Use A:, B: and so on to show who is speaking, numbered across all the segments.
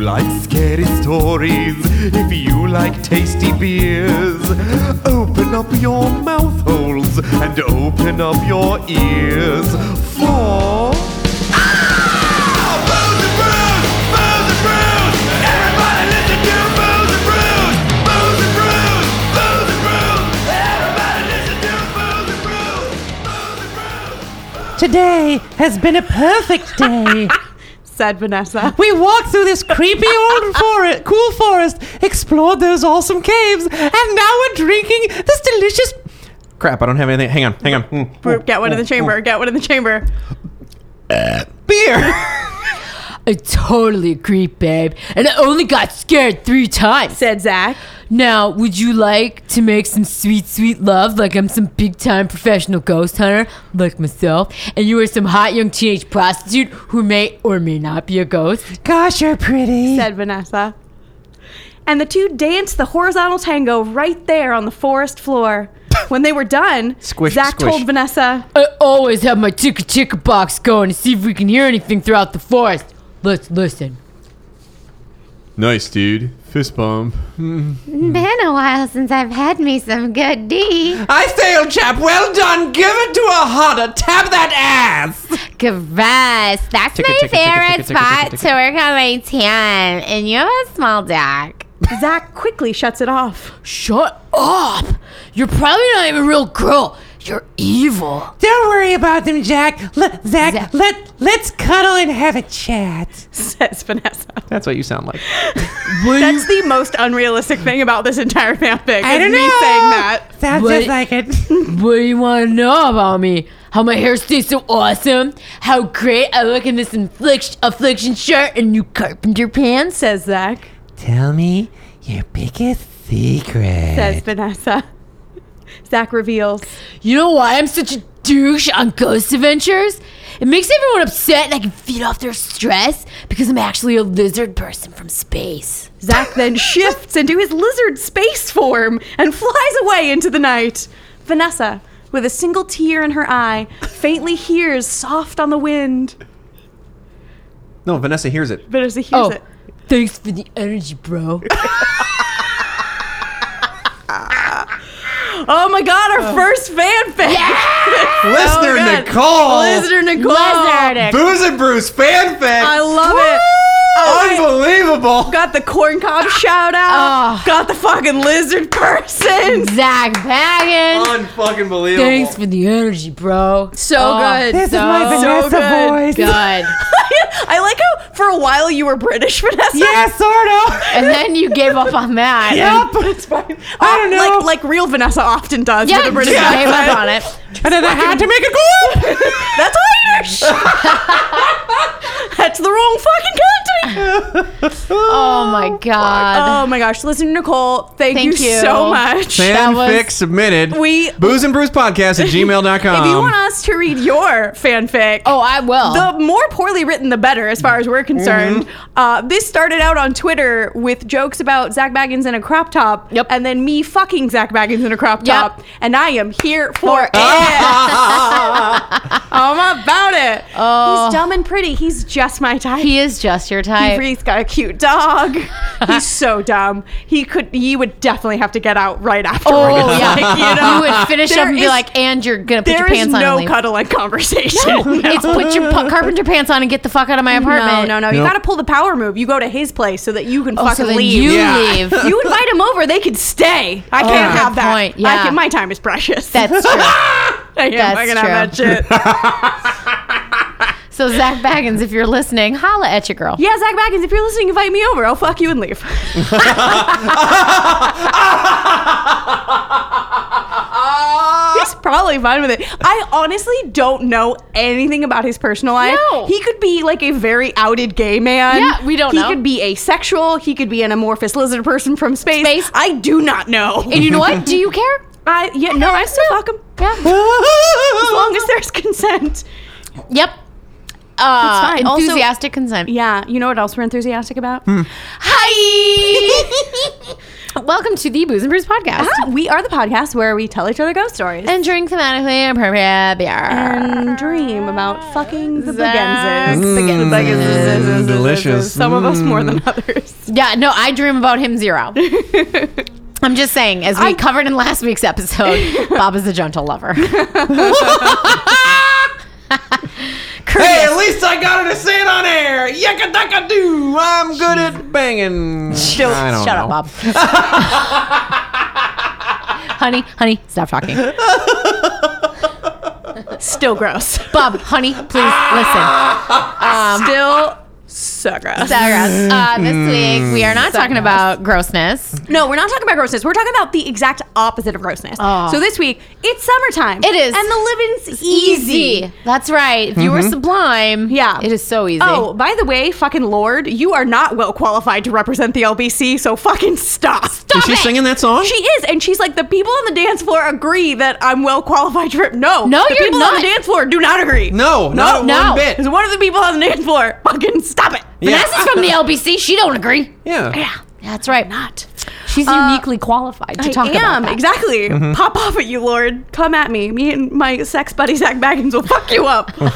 A: like scary stories, if you like tasty beers, open up your mouth holes and open up your ears for.
B: Today has been a perfect day.
C: said Vanessa.
B: we walked through this creepy old forest, cool forest, explored those awesome caves, and now we're drinking this delicious.
D: Crap, I don't have anything. Hang on, hang on. Mm.
C: Get one in the chamber. Get one in the chamber.
E: I totally agree, babe. And I only got scared three times.
C: Said Zach.
E: Now, would you like to make some sweet, sweet love like I'm some big time professional ghost hunter like myself? And you are some hot young teenage prostitute who may or may not be a ghost?
B: Gosh, you're pretty.
C: Said Vanessa. And the two danced the horizontal tango right there on the forest floor. When they were done,
D: Squish,
C: Zach
D: squish.
C: told Vanessa,
E: I always have my chicka chicka box going to see if we can hear anything throughout the forest. Let's listen.
F: Nice, dude. Fist bump.
G: Been a while since I've had me some good D.
B: I say, old chap, well done. Give it to a hotter. Tap that ass.
G: Gross. That's
D: Ticka,
G: my
D: ticka, ticka,
G: favorite
D: ticka, ticka,
G: spot
D: ticka,
G: to work on my tan. And you have a small dog.
C: Zach quickly shuts it off.
E: Shut up! You're probably not even a real girl. You're evil.
B: Don't worry about them, Jack. Let Zach,
E: Zach.
B: Let let's cuddle and have a chat.
C: Says Vanessa.
D: That's what you sound like.
E: What
C: That's the most unrealistic thing about this entire fanfic.
B: I
C: is
B: don't
C: me
B: know.
C: saying that.
B: Sounds
E: What?
B: just like it.
E: What do you want to know about me? How my hair stays so awesome? How great I look in this infliction, affliction shirt and new carpenter pants?
C: Says Zach.
B: Tell me your biggest secret.
C: Says Vanessa. Zach reveals.
E: You know why I'm such a douche on Ghost Adventures? It makes everyone upset and I can feed off their stress because I'm actually a lizard person from space.
C: Zack then shifts into his lizard space form and flies away into the night. Vanessa, with a single tear in her eye, faintly hears soft on the wind.
D: No, Vanessa hears it.
C: Vanessa hears
E: Oh,
C: it.
E: thanks for the energy, bro.
C: Oh my god, our first fanfic!
D: Listener
C: Oh, God.
E: Oh,
D: Nicole!
C: Listener Nicole!
D: Booze and Bruce fanfic!
C: I love it! Oh,
D: Unbelievable!
C: got the corn cob shout out! Got the fucking lizard person!
E: Zach Baggins.
D: Unfucking believable.
E: Thanks for the energy, bro.
C: Oh,
E: Oh,
C: So good.
B: This is
C: so
B: my Vanessa
C: good.
B: voice.
E: Good.
C: I like how for a while you were British, Vanessa.
B: Yeah, sort
E: And then you gave up on that.
B: of. yep. It's fine. Uh, I don't know.
C: Like, like real Vanessa often does.
E: Yeah,
C: with the
E: just
C: British
E: gave
C: accent.
E: up on it.
B: and then I had to make a go.
C: That's Irish. That's the wrong fucking country.
E: Oh my god.
C: Oh my gosh, listen, Nicole. Thank,
E: Thank
C: you,
E: you.
C: so much.
D: Fanfic
E: was-
D: submitted.
C: We-
D: Booze and Bruce podcast at gmail.com.
C: if you want us to read your fanfic.
E: Oh, I will.
C: The more poorly written, the better, as far as we're concerned. Uh, this started out on Twitter with jokes about Zach Baggins in a crop top,
E: Yep.
C: and then me fucking Zach Baggins in a crop
E: Yep.
C: top, and I am here for it. I'm about it.
E: Oh.
C: He's dumb and pretty. He's just my type.
E: he is just your
C: He
E: type.
C: has got a cute dog. He's so dumb. He could. He would definitely have to get out right afterwards.
E: oh yeah.
C: Like,
E: you, would finish
C: there
E: up and be
C: is-
E: like, and you're gonna put
C: there
E: your
C: is
E: pants on.
C: no
E: and leave.
C: cuddling conversation.
E: It's put your pu- carpenter pants on and get the fuck out of my
C: No,
E: apartment.
C: no, no. You
D: Nope.
C: got to pull the power move. You go to his place so that you can
E: Oh,
C: fucking
E: so then
C: leave.
E: you
D: Yeah.
E: leave. Oh,
C: You invite him over, they could stay. I can't
E: good
C: have that.
E: point.
C: I
E: Yeah.
C: can, my time is precious.
E: That's true.
C: I can't
E: that's
C: fucking have that shit.
E: So Zach Baggins, if you're listening, holla at your girl.
C: yeah, Zach Baggins, if you're listening, invite me over. I'll fuck you and leave. He's probably fine with it. I honestly don't know anything about his personal life.
E: No.
C: He could be like a very outed gay man.
E: Yeah, we don't
C: he
E: know.
C: could be asexual. He could be an amorphous lizard person from space.
E: Space.
C: I do not know.
E: And you know what? Do you care?
C: I yeah, no, I still fuck him.
E: Yeah.
C: As long as there's consent.
E: Yep. Uh,
C: That's
G: uh,
C: fine. Also-
G: enthusiastic consent.
C: Yeah, you know what else we're enthusiastic about?
E: Hmm.
G: Hi! Welcome to the Booze and Brews podcast.
C: Ah, we are the podcast where we tell each other ghost stories
G: And drink thematically appropriate beer.
C: and dream about fucking the
G: Zach.
C: Begenzes.
G: Begenzes.
A: Mm, delicious. Mm.
C: Some of us more than others.
G: Yeah, no, I dream about him zero. I'm just saying, as we covered in last week's episode, Bob is a gentle lover.
A: Hey, at least I got her to say it on air. Yaka daka doo. I'm good at banging.
G: Don't-
A: I don't
G: shut
A: know.
G: up, Bob. honey, honey, stop talking.
C: Still gross.
G: Bob, honey, please listen.
C: Still so gross.
G: So gross. Uh, this
C: Mm.
G: week we are not talking about grossness.
C: No, we're not talking about grossness. We're talking about the exact opposite of grossness. So this week, it's summertime.
G: It is.
C: And the living's easy. Mm-hmm.
G: Easy. That's right. If you were sublime,
C: Yeah.
G: it is so easy.
C: Oh, by the way, fucking Lord, you are not well qualified to represent the LBC, so fucking stop. Stop.
A: Is she singing that song?
C: She is, and she's like, the people on the dance floor agree that I'm well qualified to. No,
G: No,
C: the
G: you're
C: people on
G: not.
C: the dance floor do not agree.
A: no, not
G: no.
A: one bit.
C: Because one of the people on the dance floor, fucking stop it.
G: Vanessa's from the LBC. She don't agree.
A: Yeah.
C: Yeah,
G: That's right.
C: not.
G: She's
E: Uh,
G: uniquely qualified to
C: I
G: talk about
C: am,
G: that.
C: exactly.
A: Mm-hmm.
C: Pop off at you, Lord. Come at me. Me and my sex buddy Zach Baggins will fuck you up.
G: And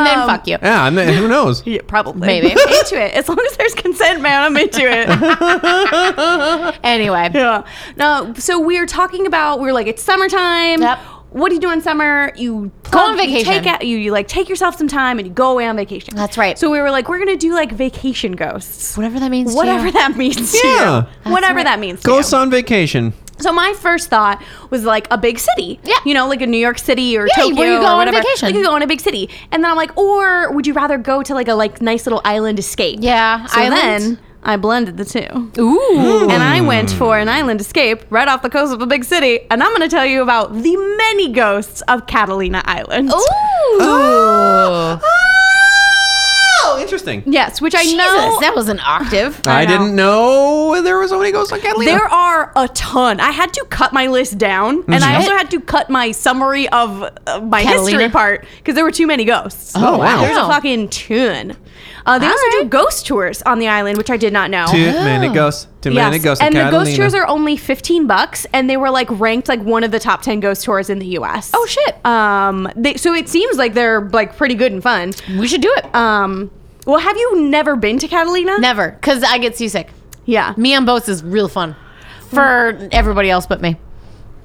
C: Um,
G: then fuck you.
A: Yeah, and then, who knows?
C: Yeah, probably.
G: Maybe.
C: I'm into it. As long as there's consent, man, I'm into it.
G: Anyway,
C: yeah. No, so we are talking about we were like it's summertime.
G: Yep.
C: What do you do in summer? You
G: on
C: you
G: vacation.
C: take out, you, you like take yourself some time and you go away on vacation.
G: That's right.
C: So we were like, we're gonna do like vacation ghosts.
G: whatever that means. to
C: Whatever
G: you.
C: that means to
A: Yeah.
C: you.
A: That's
C: Whatever that means to you.
A: Ghosts on vacation.
C: So my first thought was like a big city.
G: Yeah.
C: You know, like a New York City or
G: Yeah,
C: Tokyo
G: where you go
C: or
G: on
C: whatever.
G: vacation.
C: Like you go on a big city. And then I'm like, or would you rather go to like a like nice little island escape?
G: Yeah,
C: So
G: island.
C: then I blended the two. And I went for an island escape right off the coast of a big city. And I'm gonna tell you about the many ghosts of Catalina Island.
G: Ooh.
A: Oh, interesting.
C: Yes, which I
G: Jesus,
C: know
G: that was an octave.
A: I,
C: know.
A: didn't know there were so many ghosts on Catalina.
C: There are a ton. I had to cut my list down, and I also had to cut my summary of uh, my
G: Mm-hmm. Catalina?
C: history part because there were too many ghosts.
A: Oh, wow.
C: There's a
G: Wow.
C: fucking ton. Uh, they also do ghost tours on the island, which I did not know.
A: Too many ghosts. Too many
C: Yes,
A: ghosts. on
C: and the ghost
A: Catalina.
C: tours are only fifteen bucks, and they were like ranked like one of the top ten ghost tours in the U.S.
G: Oh, shit.
C: Um, they, so it seems like they're like pretty good and fun.
G: We should do it.
C: Um, well, have you never been to Catalina?
G: Never, because I get seasick.
C: Yeah,
G: Me on boats is real fun for everybody else but me.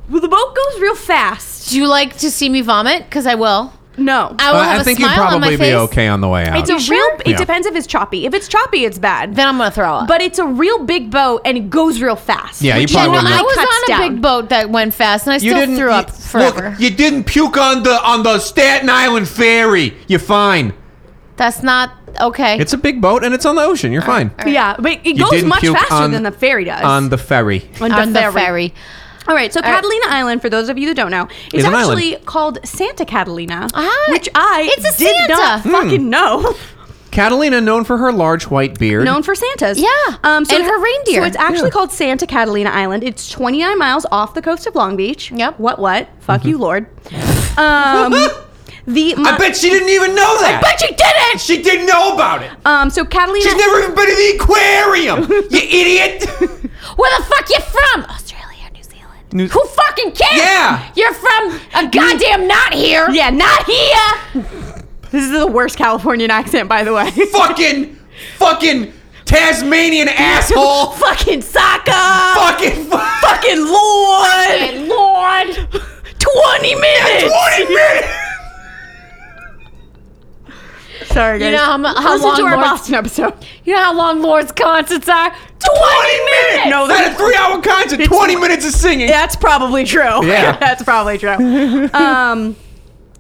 C: Well, the boat goes real fast.
G: Do you like to see me vomit? Because I will.
C: No,
G: I will
A: Uh,
G: have
A: I
G: a
A: think you'd
G: smile on my
A: probably
G: face.
A: be okay on the way out.
C: It's a real. It
A: Yeah.
C: depends if it's choppy. If it's choppy, it's bad.
G: Then I'm gonna throw up.
C: but it's a real big boat and it goes real fast.
A: Yeah, you
C: which is
A: probably
C: what
A: would.
G: I was
C: cuts
G: on a
C: down.
G: big boat that went fast, and I still threw up forever.
A: Look, you didn't puke on the on the Staten Island ferry. You're fine.
G: That's not okay.
A: It's a big boat and it's on the ocean.
C: Uh,
A: You're fine.
C: Yeah, but it
A: You
C: goes
A: didn't
C: much
A: puke
C: faster
A: on-
C: than the ferry does.
A: On the ferry.
C: On
G: on the ferry.
C: All right, so Catalina Island, for those of you that don't know, it's
A: an island.
C: actually called Santa Catalina,
G: Ah,
C: which I
G: it's a
C: did not
G: Santa. Hmm.
C: fucking know.
A: Catalina, known for her large white beard.
C: Known for Santas.
G: Yeah,
C: Um, so
G: and
C: it's-
G: her reindeer.
C: So it's actually called Santa Catalina Island. It's 29 miles off the coast of Long Beach.
G: Yep.
C: What, what? Fuck you, Lord. Um, the.
A: Mm-hmm. I bet she didn't even know that.
C: But you didn't!
A: she didn't know about it.
C: Um, so Catalina.
A: She's never even been to the aquarium. you idiot.
G: Where the fuck you from? Australia, New Zealand.
A: New-
G: Who fucking cares?
A: Yeah.
G: You're from a goddamn not here.
C: Yeah, not here. This is the worst Californian accent, by the way.
A: fucking, fucking Tasmanian asshole.
C: fucking soccer.
A: fucking. Fuck.
C: Fucking Lord.
G: Hey, Lord.
C: 20 minutes.
A: 20 minutes.
C: Sorry, guys.
G: You know how, mu- how
C: Listen
G: long
C: to our
G: Lord's,
C: Boston episode.
G: you know how long Lord's concerts are?
A: 20 minutes.
C: No,
A: that's a three-hour concert. 20 minutes of singing.
C: That's probably true.
A: Yeah.
C: That's probably true. Um,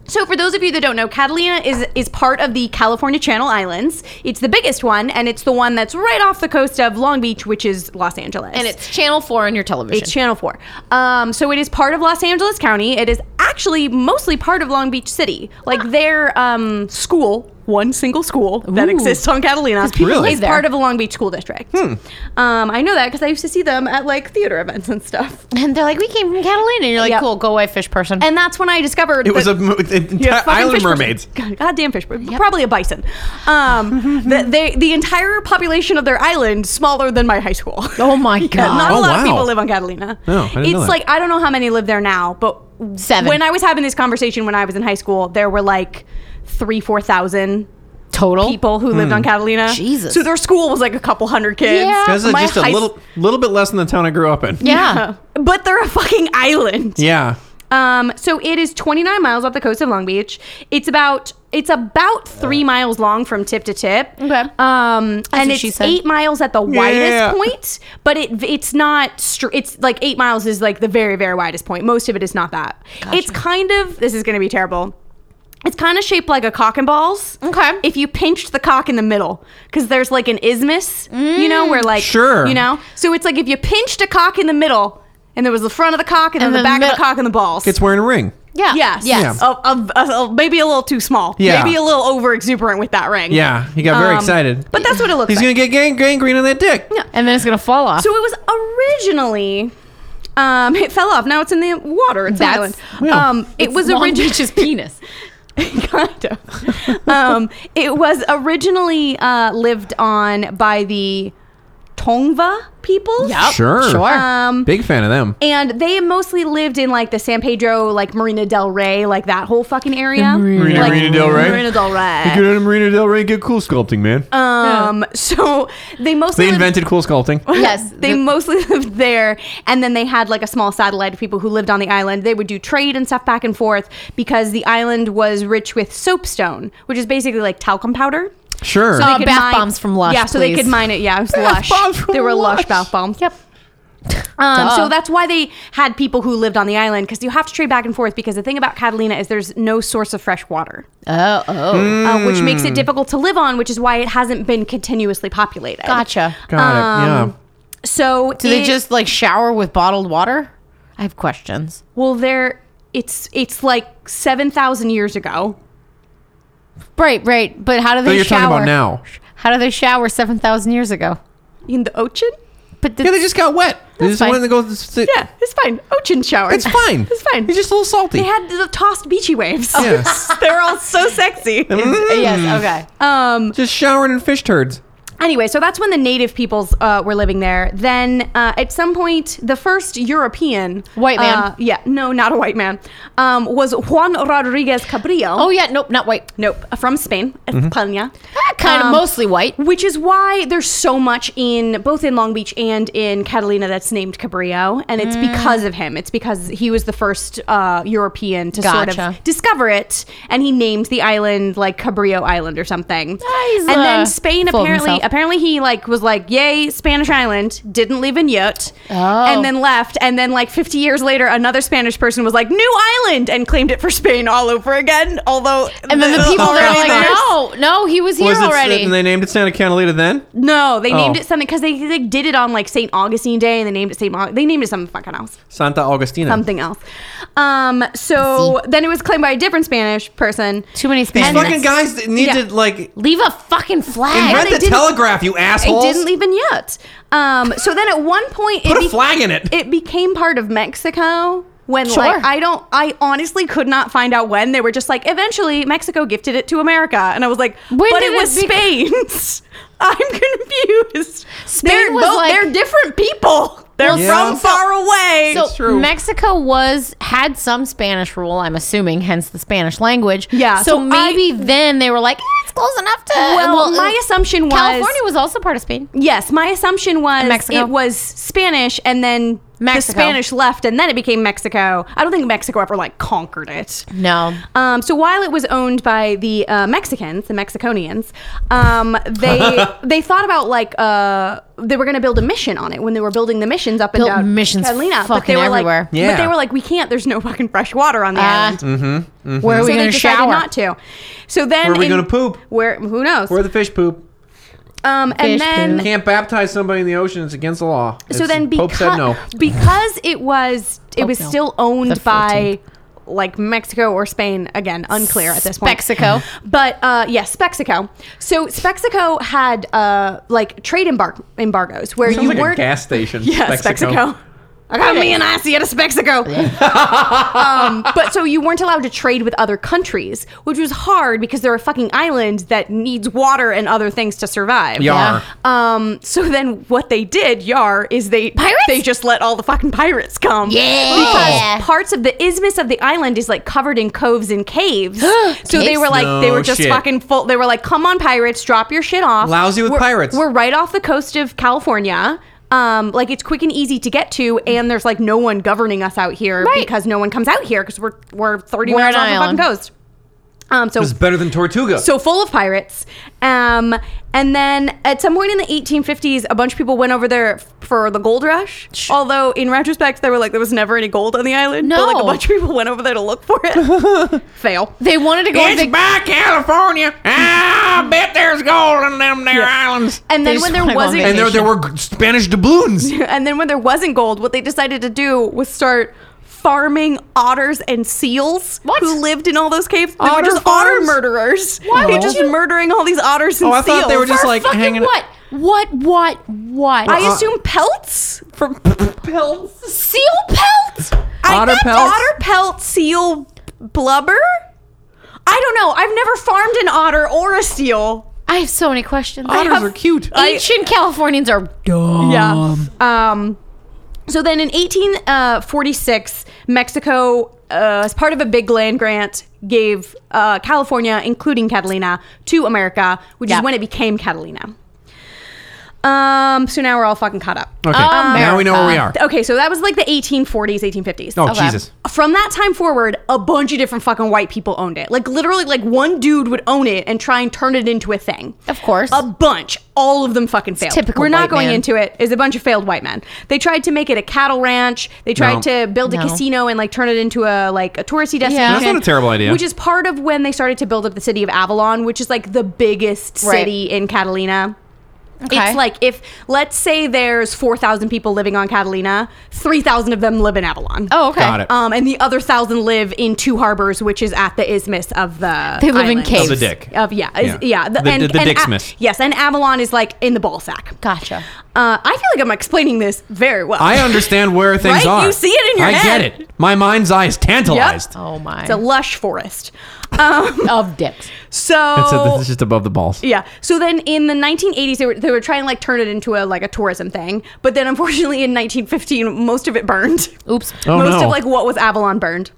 C: so for those of you that don't know, Catalina is is part of the California Channel Islands. It's the biggest one, and it's the one that's right off the coast of Long Beach, which is Los Angeles.
G: And it's Channel 4 on your television.
C: It's Channel 4. Um, so it is part of Los Angeles County. It is actually mostly part of Long Beach City. Like their um, school one single school that exists on Catalina.
A: Really?
C: It's
A: live there.
C: part of a Long Beach school district. Um, I know that because I used to see them at like theater events and stuff.
E: And they're like, we came from Catalina. And you're like,
C: Yep.
E: cool, go away, fish person.
C: And that's when I discovered
A: It was a,
C: that-
A: mo- it- it-
C: Yeah, fucking
A: island
C: fish person.
A: mermaids.
C: God, goddamn fish, person. probably a bison. Um, the, they, the entire population of their island smaller than my high school.
E: oh my God.
C: Yeah, not a
A: Oh,
C: lot of
A: wow.
C: people live on Catalina.
A: No, I didn't
C: it's
A: know that.
C: like I don't know how many live there now, but
E: Seven.
C: When I was having this conversation when I was in high school, there were like three, four
A: Oh.
C: thousand
E: Total.
C: people who lived on
A: Hmm.
C: Catalina.
E: Jesus.
C: So their school was like a couple hundred kids.
E: Yeah.
A: That's
C: My
A: just a
C: high-
A: little, little bit less than the town I grew up in.
E: Yeah.
C: But they're a fucking island.
A: Yeah.
C: Um, so it is 29 miles off the coast of Long Beach. It's about it's about three miles long from tip to tip.
E: Okay.
C: Um, and
E: what she
C: it's
E: said.
C: eight miles at the
A: Yeah.
C: widest point, but it it's not. Str- it's like eight miles is like the very very widest point. Most of it is not that. It's kind of this is going to be terrible. It's kind of shaped like a cock and balls.
E: Okay.
C: If you pinched the cock in the middle, because there's like an isthmus, you know, where
E: Mm,
C: like
A: Sure.
C: you know, so it's like if you pinched a cock in the middle, and there was the front of the cock and,
E: And
C: then the back
E: then the
C: of the
E: middle-
C: cock and the balls.
A: It's wearing a ring.
E: Yeah.
C: Yes.
E: Yes.
A: Yeah.
C: Of- of- of- of- maybe a little too small.
A: Yeah.
C: Maybe a little over exuberant with that ring.
A: Yeah. He got very
C: Um,
A: excited.
C: But that's what it looks
A: He's
C: like.
A: going to get gang- gangrene on that dick.
E: And then it's going to fall off.
C: so it was originally. Um, it fell off. Now it's in the water. It's
E: That's-
C: an island.
A: Yeah.
C: Um, it was
E: Long
C: originally
E: Beach's penis.
C: kind of. um, it was originally uh, lived on by the Tongva people.
E: Yep.
A: Oh, Sure.
E: Sure.
C: Um,
A: Big fan of them.
C: and they mostly lived in like the San Pedro, like Marina del Rey, like that whole fucking area.
A: Marina-
C: Like,
A: Marina del Rey?
C: Marina del Rey.
A: Get out of Marina Del Rey, get cool sculpting, man.
C: Um, so they mostly
A: they
C: lived-
A: invented cool sculpting.
E: Yes.
C: They mostly lived there, and then they had like a small satellite of people who lived on the island. They would do trade and stuff back and forth because the island was rich with soapstone, which is basically like talcum powder.
A: Sure.
E: Uh,
C: They could
E: bath bombs from Lush,
C: Yeah, so they
E: please.
C: could mine it. Yeah, it was Lush.
A: bombs from
C: they were Lush,
A: Lush.
C: bath bombs. Yep. Um, so that's why they had people who lived on the island because you have to trade back and forth because the thing about Catalina is there's no source of fresh water,
E: Oh, oh.
C: uh, which makes it difficult to live on, which is why it hasn't been continuously populated.
E: Gotcha.
A: Got it.
C: um,
A: Yeah.
C: So
E: Do they
C: it-
E: just like shower with bottled water? I have questions.
C: Well, there it's it's like seven thousand years ago.
E: Right, right. But how do they
A: That you're
E: shower?
A: talking about now.
E: How do they shower 7,000 years ago?
C: In the ocean?
E: But
A: Yeah, they just got wet. They just
E: fine.
A: wanted to go. Sit.
C: Yeah, it's fine. Ocean shower.
A: It's fine.
C: it's fine.
A: It's just a little salty.
C: they had the tossed beachy waves.
A: Yes.
C: They're all so sexy.
E: yes, okay.
C: Um.
A: just showering in fish turds.
C: Anyway, so that's when the native peoples uh, were living there. Then, uh, at some point, the first European
E: White man.
C: uh, yeah, no, not a white man, um, was Juan Rodriguez Cabrillo.
E: Oh, yeah, nope, not white.
C: nope, from Spain, España.
E: Kind of
C: Um,
E: mostly white.
C: which is why there's so much in both in Long Beach and in Catalina that's named Cabrillo, and it's
E: Mm.
C: because of him. It's because he was the first uh, European to sort
E: Gotcha.
C: of discover it, and he named the island like Cabrillo Island or something.
E: he's,
C: and
E: uh,
C: then Spain
E: full of
C: apparently
E: himself.
C: apparently he like was like, "Yay, Spanish island!" Didn't leave in yet,
E: Oh.
C: and then left. And then like 50 years later, another Spanish person was like, "New island!" and claimed it for Spain all over again. Although,
E: And then the people, they're
C: already
E: like,
C: there.
E: no, no, he was here
A: Was it,
E: already.
A: and they named it Santa Catalina then?
C: No, they named
A: Oh.
C: it something because they, they did it on like St. Augustine Day, and they named it St. Au- they named it something fucking else,
A: Santa Augustina.
C: something else. Um, so then it was claimed by a different Spanish person.
E: Too many
A: These
E: Spanish.
A: fucking guys that need
C: Yeah.
A: to, like,
E: Leave a fucking flag.
C: Invent-
A: invent
C: they
A: the
C: didn't-
A: telegraph, you
C: It
A: assholes.
C: didn't even yet. Um, so then at one point,
A: Put
C: it
A: a flag in it.
C: It became part of Mexico. When
E: Sure.
C: like I don't, I honestly could not find out when they were just like eventually Mexico gifted it to America, and I was like, but
E: did
C: it
E: it
C: was
E: be-
C: Spain's. I'm confused.
E: Spain
C: they're
E: was like-
C: they're different people. They're
E: Well,
A: Yeah.
C: from far away.
E: so
A: It's true.
E: Mexico was had some Spanish rule, I'm assuming, hence the Spanish language.
C: Yeah,
E: So,
C: so
E: maybe then they were like, eh, it's close enough to.
C: Uh, Well, my assumption was
E: California was also part of Spain.
C: Yes, my assumption was
E: Mexico.
C: it was Spanish, and then
E: Mexico.
C: the Spanish left, and then it became Mexico. I don't think Mexico ever like conquered it.
E: No.
C: Um, so while it was owned by the uh, Mexicans, the Mexiconians, um, they they thought about like uh, they were going to build a mission on it when they were building the missions up
E: Built
C: and down
E: missions
C: Catalina. but
E: fucking
C: they were
E: everywhere.
C: like,
A: Yeah. Mm-hmm,
C: but they were like, we can't. There's no fucking fresh water on the
E: Uh,
C: island.
E: Where are
C: so
E: we going
C: they
E: to
C: decided
E: shower?
C: not to. So then
A: Where are we
C: in-
A: gonna poop?
C: Where who knows?
A: Where the fish poop.
C: um, and
E: Fish
C: then
E: poop.
A: Can't baptize somebody in the ocean. It's against the law.
C: so
A: It's-
C: then
A: Pope
C: because
A: said no.
C: because it was it was
E: no.
C: still
E: The
C: owned by like Mexico or Spain. Again, unclear at this point.
E: Spexico.
C: But uh, yes, Spexico. So Spexico had uh, like trade embar- embargoes where
A: Sounds
C: you
A: like
C: weren't
A: a gas station.
C: Yes, Mexico. I got me and I see it as Mexico. um, but so you weren't allowed to trade with other countries, which was hard because they're a fucking island that needs water and other things to survive.
A: Yar.
C: Um, so then what they did, Yar, is they
E: Pirates?
C: they just let all the fucking pirates come.
E: Yeah.
C: Because parts of the isthmus of the island is like covered in coves and caves. so they
E: Caves?
C: were like they
A: No
C: were just
A: shit.
C: fucking full they were like, Come on, pirates, drop your shit off.
A: Lousy with
C: We're-
A: pirates.
C: We're right off the coast of California. Um, like it's quick and easy to get to, and there's like no one governing us out here because no one comes out here because we're we're 30
E: We're
C: miles
E: an
C: off the fucking
E: island.
C: coast. Um, so
A: It's better than Tortuga.
C: so full of pirates. Um, and then at some point in the 1850s, a bunch of people went over there f- for the gold rush. Although in retrospect, they were like, there was never any gold on the island. But like
E: No.
C: a bunch of people went over there to look for it. Fail.
E: They wanted to go. on
D: It's
E: vac-
D: by California. I bet there's gold in them there islands.
C: And then when
E: They just
C: there
E: wanna go on
C: wasn't,
A: and there, there were g- Spanish doubloons.
C: and then when there wasn't gold, what they decided to do was start farming otters and seals
E: What?
C: who lived in all those caves. They were
A: Otter
C: just otter
A: farms?
C: murderers. Why they were
E: would
C: just
E: you-
C: murdering all these otters and
A: Oh, I
C: seals.
A: thought they were just
E: For
A: like uh,
E: fucking
A: hanging.
E: What? What? What? What?
C: I assume pelts from pelts.
E: seal pelt.
A: Otter
C: I
A: pelts?
C: Otter pelt seal blubber. I don't know. I've never farmed an otter or a seal.
E: I have so many questions.
A: Otters
C: have-
A: are cute.
C: I-
E: Ancient Californians are dumb.
C: Yeah. Um. So then, in 1846, Mexico, uh, as part of a big land grant, gave uh, California, including Catalina, to America, which
E: Yeah.
C: is when it became Catalina. Um. So now we're all fucking caught up.
A: okay. now we know where we are.
C: Okay. So that was like the 1840s, 1850s.
A: Oh
E: Okay.
A: Jesus!
C: from that time forward, a bunch of different fucking white people owned it. Like literally, like one dude would own it and try and turn it into a thing.
E: Of course.
C: a bunch. All of them fucking failed.
E: typical
C: We're not
E: white
C: going
E: man.
C: into it. Is a bunch of failed white men. They tried to make it a cattle ranch. They tried
A: No.
C: to build a
E: No.
C: casino and like turn it into a like a touristy destination.
E: That's
A: not a terrible idea.
C: Which is part of when they started to build up the city of Avalon, which is like the biggest
E: Right.
C: city in Catalina.
E: Okay.
C: It's like if let's say there's four thousand people living on Catalina, three thousand of them live in Avalon.
E: Oh, okay.
A: Got it.
C: Um, and the other thousand live in two harbors, which is at the isthmus of the.
E: They live in
C: island.
E: caves. Of
A: the dick.
C: Of yeah, is-
A: Yeah.
C: yeah.
A: The- the- the
C: and A-
A: dicksmus.
C: yes, and Avalon is like in the ball sack.
E: Gotcha.
C: Uh, I feel like I'm explaining this very well.
A: I understand where things
C: Right?
A: are.
C: You see it in your
A: I
C: head.
A: get it. My mind's eye is tantalized.
E: Oh my.
C: It's a lush forest. Um,
E: of dips.
C: so
A: That's it. That's just above the balls.
C: Oh. Yeah. So then in the 1980s, they were, they were trying to like turn it into a like a tourism thing, but then unfortunately in 1915, most of it burned.
E: Oops.
A: Oh
C: most
A: no!
C: of like what was Avalon burned.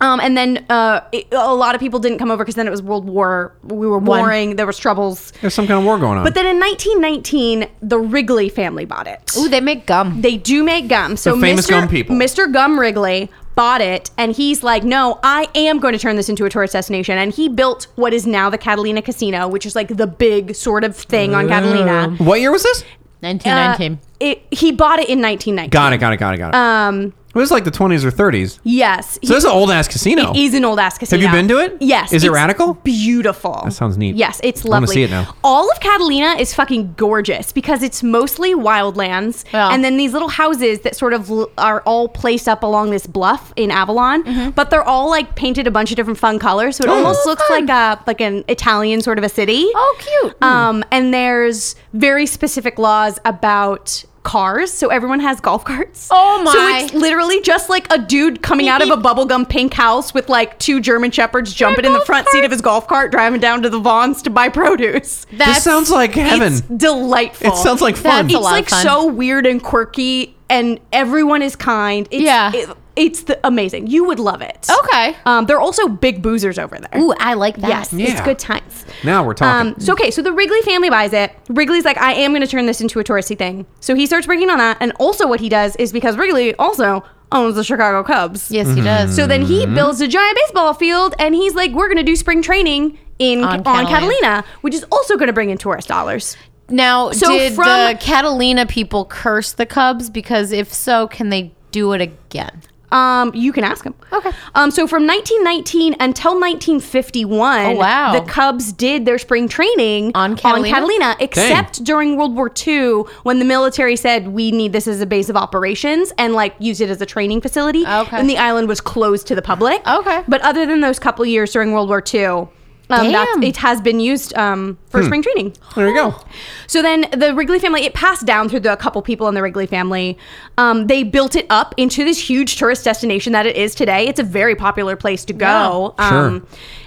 C: Um, and then uh, it, a lot of people didn't come over because then it was World War. We were
E: One.
C: warring. There was troubles.
A: There's some kind of war going on.
C: But then in 1919, the Wrigley family bought it.
E: Ooh, they make gum.
C: They do make gum. So
A: The famous
C: Mr.
A: gum people.
C: Mr. Gum Wrigley bought it and he's like, "No, I am going to turn this into a tourist destination." And he built what is now the Catalina Casino, which is like the big sort of thing on Catalina.
A: what year was this?
E: 1919.
C: Uh, it, he bought it in 1919.
A: Got it. Got it. Got it. Got it.
C: Um,
A: it was like the 20s or 30s.
C: yes.
A: So this is an old ass casino.
C: It is an old ass casino.
A: been to it?
C: Yes.
A: Is it
C: it's
A: radical?
C: Beautiful. That
A: sounds neat.
C: Yes, it's
A: I wanna
C: lovely.
A: see it now.
C: All of Catalina is fucking gorgeous because it's mostly wildlands,
E: Yeah.
C: and then these little houses that sort of l- are all placed up along this bluff in Avalon,
E: Mm-hmm.
C: but they're all like painted a bunch of different fun colors,
A: Oh,
C: so it almost looks like a like an Italian sort of a city.
E: Oh, cute.
C: Um, and there's very specific laws about cars so everyone has golf carts
E: Oh,
C: so
E: my.
C: it's literally just like a dude coming out of a bubblegum pink house with like two german shepherds jumping in the
E: golf
C: front seat of his golf cart driving down to the vons to buy produce
E: That's
A: this sounds like heaven.
C: it's delightful
A: It sounds like fun.
E: That's a
C: it's
E: lot of
C: like
E: fun.
C: so weird and quirky and everyone is kind it's,
E: Yeah.
C: it- it's the, amazing you would love it
E: Okay.
C: um, they're also big boozers over there
E: Ooh, I like that.
C: Yes, it's
A: Yeah.
C: good times.
A: Now we're talking.
C: Um, so okay, so the Wrigley family buys it. Wrigley's like, I am going to turn this into a touristy thing. So he starts working on that, and also what he does is because Wrigley also owns the Chicago Cubs.
E: Yes,
A: Mm-hmm.
E: he does.
C: So then he builds a giant baseball field, and he's like, we're going to do spring training in
E: On
C: on, Catalina.
E: Catalina,
C: which is also going to bring in tourist dollars.
E: now,
C: So
E: did
C: from-
E: the Catalina people curse the Cubs? Because if so, can they do it again?
C: Um, you can ask him.
H: Okay.
C: Um, so from 1919 until 1951,
E: Oh, wow.
C: the Cubs did their spring training
E: On Catalina?
C: Catalina, except during World War II when the military said we need this as a base of operations and like used it as a training facility.
E: Okay.
C: And the island was closed to the public.
E: Okay.
C: But other than those couple years during World War II. Um, that's,
E: Damn.
C: it has been used um, for spring training.
A: Hmm. There you go.
C: So then the Wrigley family, it passed down through the couple people in the Wrigley family. Um, they built it up into this huge tourist destination that it is today. It's a very popular place to go. Um,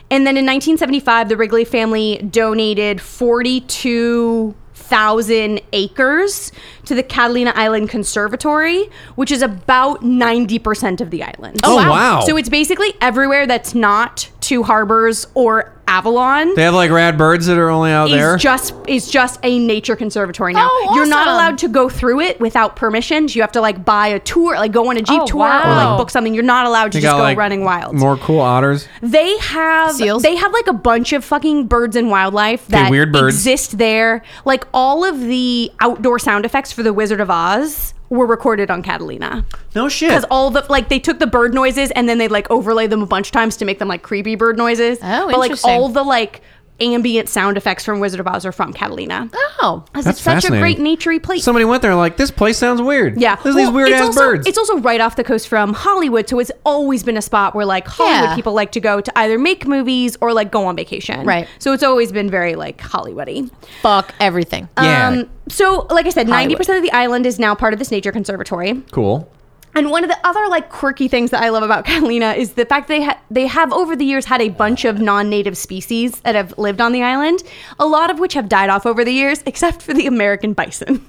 C: And then in 1975, the Wrigley family donated 42,000 acres to the Catalina Island Conservatory, which is about 90% of the island.
A: Oh, wow. wow.
C: So it's basically everywhere that's not Two Harbors or Avalon
A: They have like rad birds that are only out there.
C: is just is just a nature conservatory now.
E: Oh,
C: You're not
E: awesome.
C: allowed to go through it without permission. You have to like buy a tour, like go on a jeep
E: Oh,
C: tour or
E: wow.
C: like book something. You're not allowed to
A: They
C: just
A: got,
C: go
A: like,
C: running wild.
A: More cool otters.
C: they have
E: Seals?
C: they have like a bunch of fucking birds and wildlife that
A: weird birds.
C: exist there. Like all of the outdoor sound effects for the Wizard of Oz were recorded on Catalina.
A: No shit.
C: Because all the like they took the bird noises and then they like overlay them a bunch of times to make them like creepy bird noises.
E: Oh,
C: But like
E: interesting.
C: all the like ambient sound effects from Wizard of Oz are from Catalina.
E: Oh.
C: Because
A: That's
C: it's such a great
A: fascinating.
C: naturey place.
A: Somebody went there and like, this place sounds weird.
C: yeah,
A: There's
C: Well,
A: these weird
C: it's
A: ass
C: also-
A: birds.
C: It's also right off the coast from Hollywood, so it's always been a spot where like Hollywood
E: Yeah.
C: people like to go to either make movies or like go on vacation.
E: Right.
C: So it's always been very like Hollywoody.
E: Fuck everything.
A: yeah.
C: Um, so like I said, ninety percent of the island is now part of this nature conservatory.
A: cool.
C: And one of the other like quirky things that I love about Catalina is the fact they ha- they have over the years had a bunch of non-native species that have lived on the island, a lot of which have died off over the years, except for the American bison.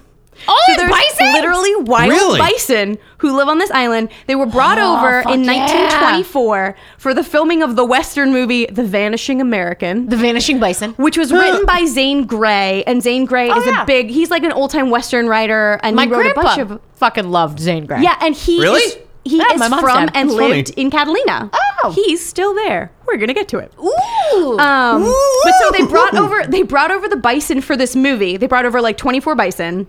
E: Oh,
C: So
E: it's
C: there's
E: bison?
C: literally wild
A: Really?
C: bison who live on this island. They were brought over
E: Ah, fuck
C: in
E: yeah.
C: 1924 for the filming of the Western movie The Vanishing American
E: The Vanishing Bison.
C: which was written by Zane Grey, and Zane Grey is
E: Oh, yeah.
C: a big. He's like an old time Western writer, and
E: My
C: he wrote
E: grandpa
C: a bunch of
E: fucking loved Zane Grey.
C: yeah, and he
A: Really?
C: is, he
E: Yeah,
C: is
E: Ah, my
C: from
E: mom's dad.
C: and
A: That's
C: lived
A: funny.
C: in Catalina.
E: Oh.
C: he's still there. We're gonna get to it.
E: Ooh.
C: Um, but so they brought over they brought over the bison for this movie. They brought over like 24 bison.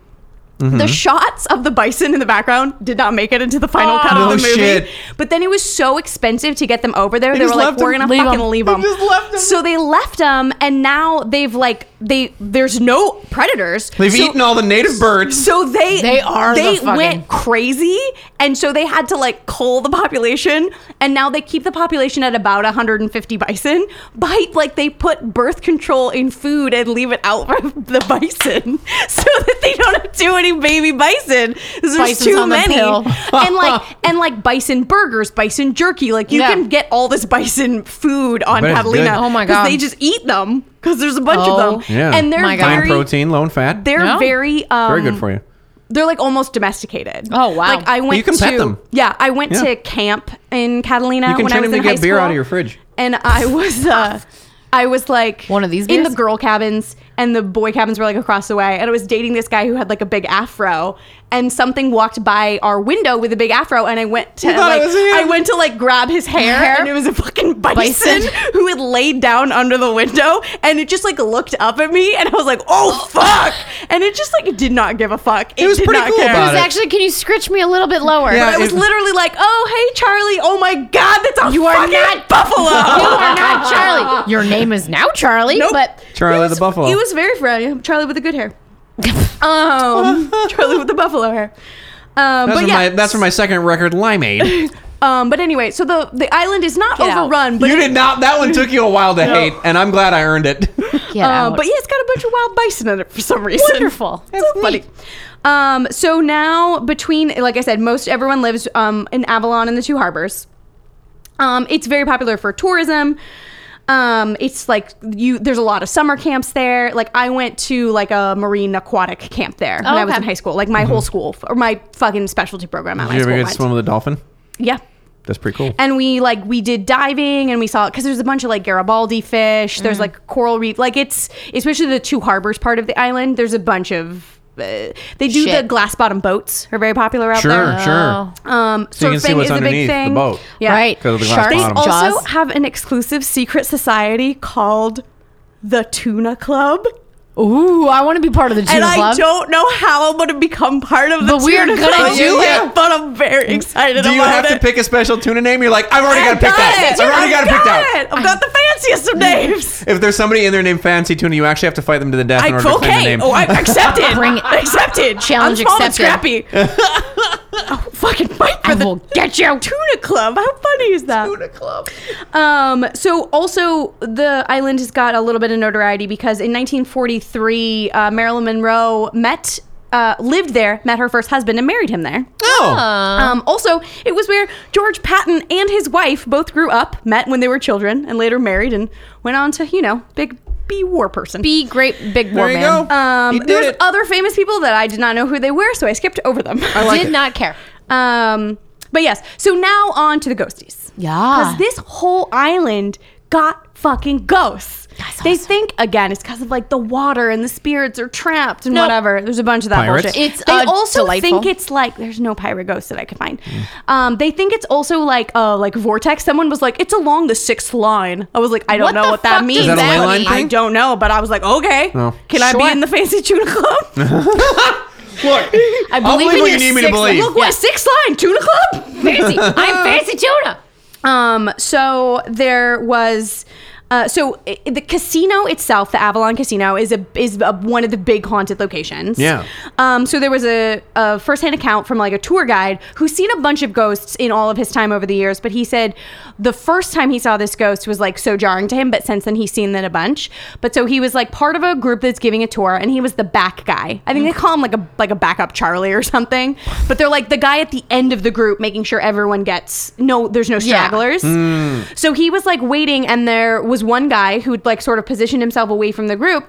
A: Mm-hmm.
C: The shots of the bison in the background did not make it into the final cut
A: Oh,
C: of the movie.
A: shit.
C: But then it was so expensive to get them over there. They,
A: just
C: were like,
A: left
C: "We're
A: them.
C: gonna
A: Leave
C: fucking
A: 'em.
C: leave
A: They
C: them."
A: just left 'em.
C: So they left them, and now they've like they there's no predators.
A: They've
C: So-
A: eaten all the native birds.
C: so they
E: They are
C: they
E: the fucking-
C: went crazy, and so they had to like cull the population, and now they keep the population at about 150 bison. By like they put birth control in food and leave it out for the bison, so that they don't have too many baby bison. 'cause There's
E: Bison's
C: too
E: on the
C: many,
E: pill.
C: and like and like bison burgers, bison jerky. Like you
E: Yeah.
C: can get all this bison food on
A: bet it's good.
C: Catalina.
A: Oh
E: my
C: 'cause
E: God.
C: They just eat them because there's a bunch
E: Oh.
C: of them,
A: Yeah.
C: and they're
E: My God.
A: High in
C: very
A: protein, low in fat.
C: They're
E: No?
C: very um,
A: Very good for you.
C: they're like almost domesticated.
E: Oh, wow.
C: Like I went
A: you can
C: to
A: pet them.
C: yeah, I went
A: Yeah.
C: to camp in Catalina
A: You can
C: when I
A: train
C: was
A: them to
C: in high
A: get beer
C: school,
A: out of your fridge.
C: And I was uh, I was like
E: One of these
C: in the
E: beers?
C: girl cabins and the boy cabins were like across the way and I was dating this guy who had like a big afro and something walked by our window with a big afro and I went to
A: thought it
C: like
A: was him.
C: I went to like grab his hair, and it was a fucking bison,
E: Bison.
C: who had laid down under the window and it just like looked up at me and I was like, "Oh fuck." And it just like did not give a fuck. It,
A: was
C: did
A: pretty
C: not
A: cool
C: care.
A: about
H: It's
A: it.
H: actually, can you scritch me a little bit lower?
A: Yeah.
C: But I was
A: it-
C: literally like, "Oh, hey, Charlie! Oh my God, that's a you are not buffalo. you are
E: not Charlie. Your name is now Charlie,
C: Nope.
E: but
A: Charlie the buffalo.
C: He was very friendly. Charlie with the good hair. Um, Charlie with the buffalo hair. Um,
A: that's,
C: but
A: from
C: yeah,
A: my, that's from my second record, Limeade.
C: um, but anyway, so the the island is not
E: Get out.
C: overrun, but
A: you did not. That one took you a while to hate, and I'm glad I earned it.
E: Get
C: Uh,
E: out.
C: but yeah, it's got a bunch of wild bison in it for some reason.
E: Wonderful.
C: It's so funny. Um, so now between, like I said, most everyone lives um, in Avalon and the two harbors. Um, it's very popular for tourism. Um, it's like you. There's a lot of summer camps there. Like I went to like a marine aquatic camp there when I was in
E: okay.
C: high school. Like my whole school or my fucking specialty program at my
A: Mm-hmm. you ever
C: school.
A: get to
C: went.
A: swim with a dolphin?
C: Yeah
A: That's pretty cool.
C: and we like we did diving and we saw because there's a bunch of like Garibaldi fish.
G: Mm.
C: There's like coral reef. Like it's especially the two harbors part of the island. There's a bunch of uh, they do the
E: Shit.
C: glass bottom boats are very popular out
A: Sure,
C: there.
A: sure.
C: Um,
A: So you can see
C: surfing
A: what's
C: is a big
A: underneath the
C: thing.
A: boat.
C: Yeah.
E: Right.
A: 'Cause of the glass
E: Sharks
C: They
A: bottom.
C: also
E: Jaws.
C: have an exclusive secret society called the Tuna Club.
G: Ooh, I want to be part of the
E: And
G: tuna
E: Tuna
C: I
G: club.
C: don't know how I'm going to become part of the
G: But we're
C: tuna
G: gonna
C: club,
G: do
A: it.
C: But I'm very excited
A: Do you have
C: about it.
A: to pick a special tuna name? You're like, I've already
C: I've
A: got it picked out. I've already got it picked out.
C: it. I've got the fanciest of names.
A: If there's somebody in there named Fancy Tuna, you actually have to fight them to the death
C: I,
A: in order to claim the
C: okay.
A: name.
C: Oh, I accepted.
E: Bring it.
C: Accepted.
E: Challenge
C: I'm small and
E: accepted.
C: scrappy. I'll fucking fight for
E: I
C: the
E: will get you.
C: Tuna Club. How funny is that? Tuna Club. Um, so also the island has got a little bit of notoriety because in 1943, uh, Marilyn Monroe met. Uh, lived there, met her first husband, and married him there.
A: Oh.
C: Um, also, it was where George Patton and his wife both grew up, met when they were children, and later married and went on to, you know, big B war person.
E: Be great, big
A: There
E: war
A: you
E: man.
A: go.
C: um,
A: you did
C: there's
A: it.
C: other famous people that I did not know who they were, so I skipped over them.
E: Did not care.
C: um, but yes, so now on to the ghosties.
G: Yeah.
C: Because this whole island got fucking ghosts. They think again it's because of like the water and the spirits are trapped and whatever. There's a bunch of that
A: Pirates?
C: bullshit.
E: It's,
C: they
E: uh,
C: also
E: delightful.
C: think it's like there's no pirate ghosts that I could find.
A: Mm.
C: Um, they think it's also like uh like vortex. Someone was like it's along the sixth line. I was like I don't
E: What
C: know
E: the
C: what that
E: fuck
C: means.
E: does
A: that a ley line
C: I
A: thing? Oh.
C: don't know, but I was like okay,
A: No.
C: can I be
E: Sure.
C: in the fancy tuna club?
A: Look, I
E: believe
A: what
E: in
A: you
E: your
A: need me to
E: sixth
A: believe.
C: Look what sixth line tuna club?
E: Fancy. I'm fancy tuna.
C: Um, so there was. Uh, so i- the casino itself, the Avalon Casino, is a is a, one of the big haunted locations.
A: Yeah.
C: Um, so there was a, a firsthand account from like a tour guide who's seen a bunch of ghosts in all of his time over the years, but he said the first time he saw this ghost was like so jarring to him, but since then he's seen that a bunch. But so he was like part of a group that's giving a tour, and he was the back guy. I think they call him like a like a backup Charlie or something. But they're like the guy at the end of the group, making sure everyone gets no, there's no stragglers. So he was like waiting, and there was one guy who'd like sort of positioned himself away from the group.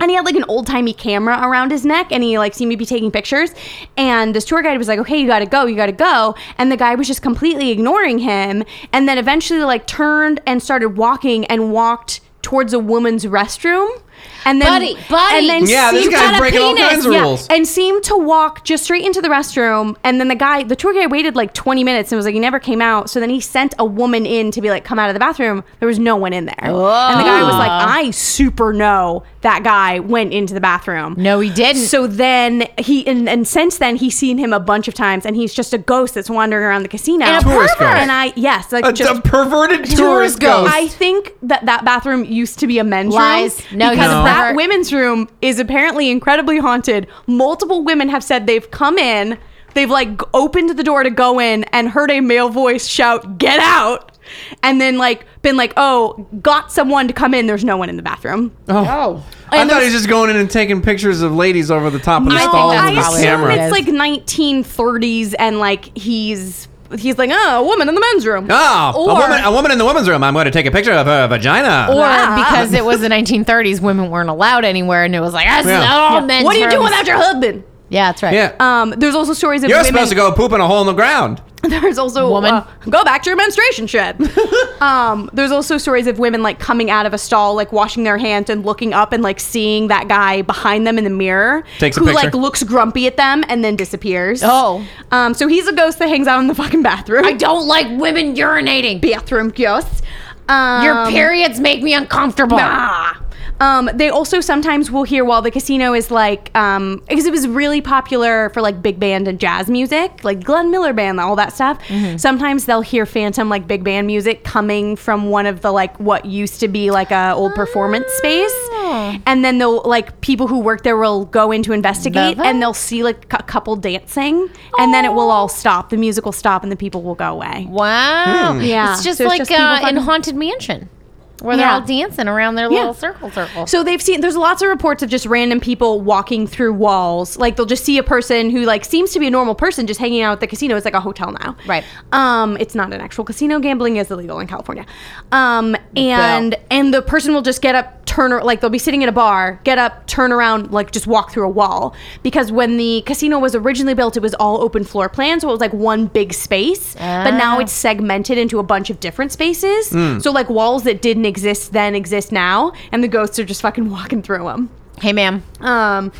C: And he had like an old timey camera around his neck, and he like seemed to be taking pictures. And this tour guide was like, "Okay, you gotta go, you gotta go." And the guy was just completely ignoring him, and then eventually like turned and started walking and walked towards a woman's restroom, and then
E: Buddy, buddy.
C: and then
A: Yeah, this
C: seemed-
A: guy's breaking all kinds of rules.
C: and seemed to walk just straight into the restroom. And then the guy, the tour guide, waited like 20 minutes and was like, he never came out. So then he sent a woman in to be like, come out of the bathroom. There was no one in there. And the guy was like, I super know that guy went into the bathroom.
E: No, he didn't.
C: So then he, and, and since then, he's seen him a bunch of times and he's just a ghost that's wandering around the casino.
E: And a Tourist pervert.
C: And I, yes, like
A: A,
C: just.
A: a perverted tourist ghost.
C: I think that that bathroom used to be a men's
E: Lies.
C: room.
E: No,
C: because
E: he's a
C: that
E: pervert.
C: women's room is apparently incredibly haunted. Multiple women have said they've come in, they've like g- opened the door to go in and heard a male voice shout, "Get out!" and then like been like, "Oh, got someone to come in. There's no one in the bathroom."
A: Oh. I thought he was just going in and taking pictures of ladies over the top of the
C: I
A: stall
C: think I
A: with his
C: assume
A: camera.
C: it's like 1930s and like he's he's like, "Oh, a woman in the men's room."
A: Oh, a
E: Or-
A: woman, a woman in the women's room. I'm going to take a picture of her vagina.
E: Or
C: Wow.
E: because it was the 1930s, women weren't allowed anywhere, and it was like, that's
A: Yeah.
E: not all men's
C: What are you doing
E: rooms."
C: without your husband?
E: Yeah, that's right.
A: yeah.
C: Um, there's also stories of
A: You're
C: women
A: supposed to go poop in a hole in the ground.
C: There's also
E: Woman.
C: uh, go back to your menstruation shed. um, there's also stories of women like coming out of a stall, like washing their hands and looking up and like seeing that guy behind them in the mirror,
A: Takes a
C: who
A: picture.
C: like looks grumpy at them and then disappears.
E: Oh.
C: um, so he's a ghost that hangs out in the fucking bathroom.
E: I don't like women urinating.
C: bathroom ghost. Um,
E: Your periods make me uncomfortable.
C: Ah. Um, they also sometimes will hear while the casino is like, um, because it was really popular for like big band and jazz music, like Glenn Miller band, all that stuff.
E: Mm-hmm.
C: Sometimes they'll hear phantom like big band music coming from one of the like what used to be like a old performance
E: Ah.
C: space, and then they'll like people who work there will go in to investigate,
E: Love it.
C: and they'll see like a couple dancing, and then it will all stop. The music will stop, and the people will go away.
E: Wow.
A: Hmm.
C: Yeah.
E: It's just
C: So it's
E: like
C: just people
E: uh, in
C: fucking-
E: Haunted Mansion where they're
C: Yeah.
E: all dancing around their
C: Yeah.
E: little circle circle.
C: So they've seen there's lots of reports of just random people walking through walls. Like they'll just see a person who like seems to be a normal person just hanging out at the casino. It's like a hotel now.
E: Right.
C: Um it's not an actual casino. Gambling is illegal in California. Um and and the person will just get up, turn ar- like they'll be sitting at a bar, get up, turn around, like just walk through a wall. Because when the casino was originally built, it was all open floor plan, so it was like one big space. But now it's segmented into a bunch of different spaces. So like walls that didn't exist then exist now, and the ghosts are just fucking walking through them.
E: hey, ma'am.
C: Um,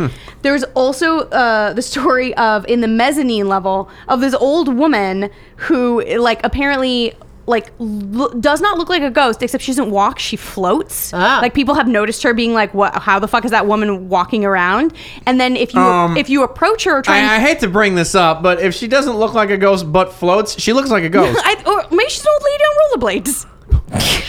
C: There's also uh, the story of in the mezzanine level of this old woman who, like, apparently like lo- does not look like a ghost, except she doesn't walk; she floats.
G: Ah.
C: Like people have noticed her being like, "What? How the fuck is that woman walking around?" And then if you
A: Um,
C: if you approach her, or try and
A: I, I hate to bring this up, but if she doesn't look like a ghost but floats, she looks like a ghost.
C: I, or maybe she's an old lady on rollerblades.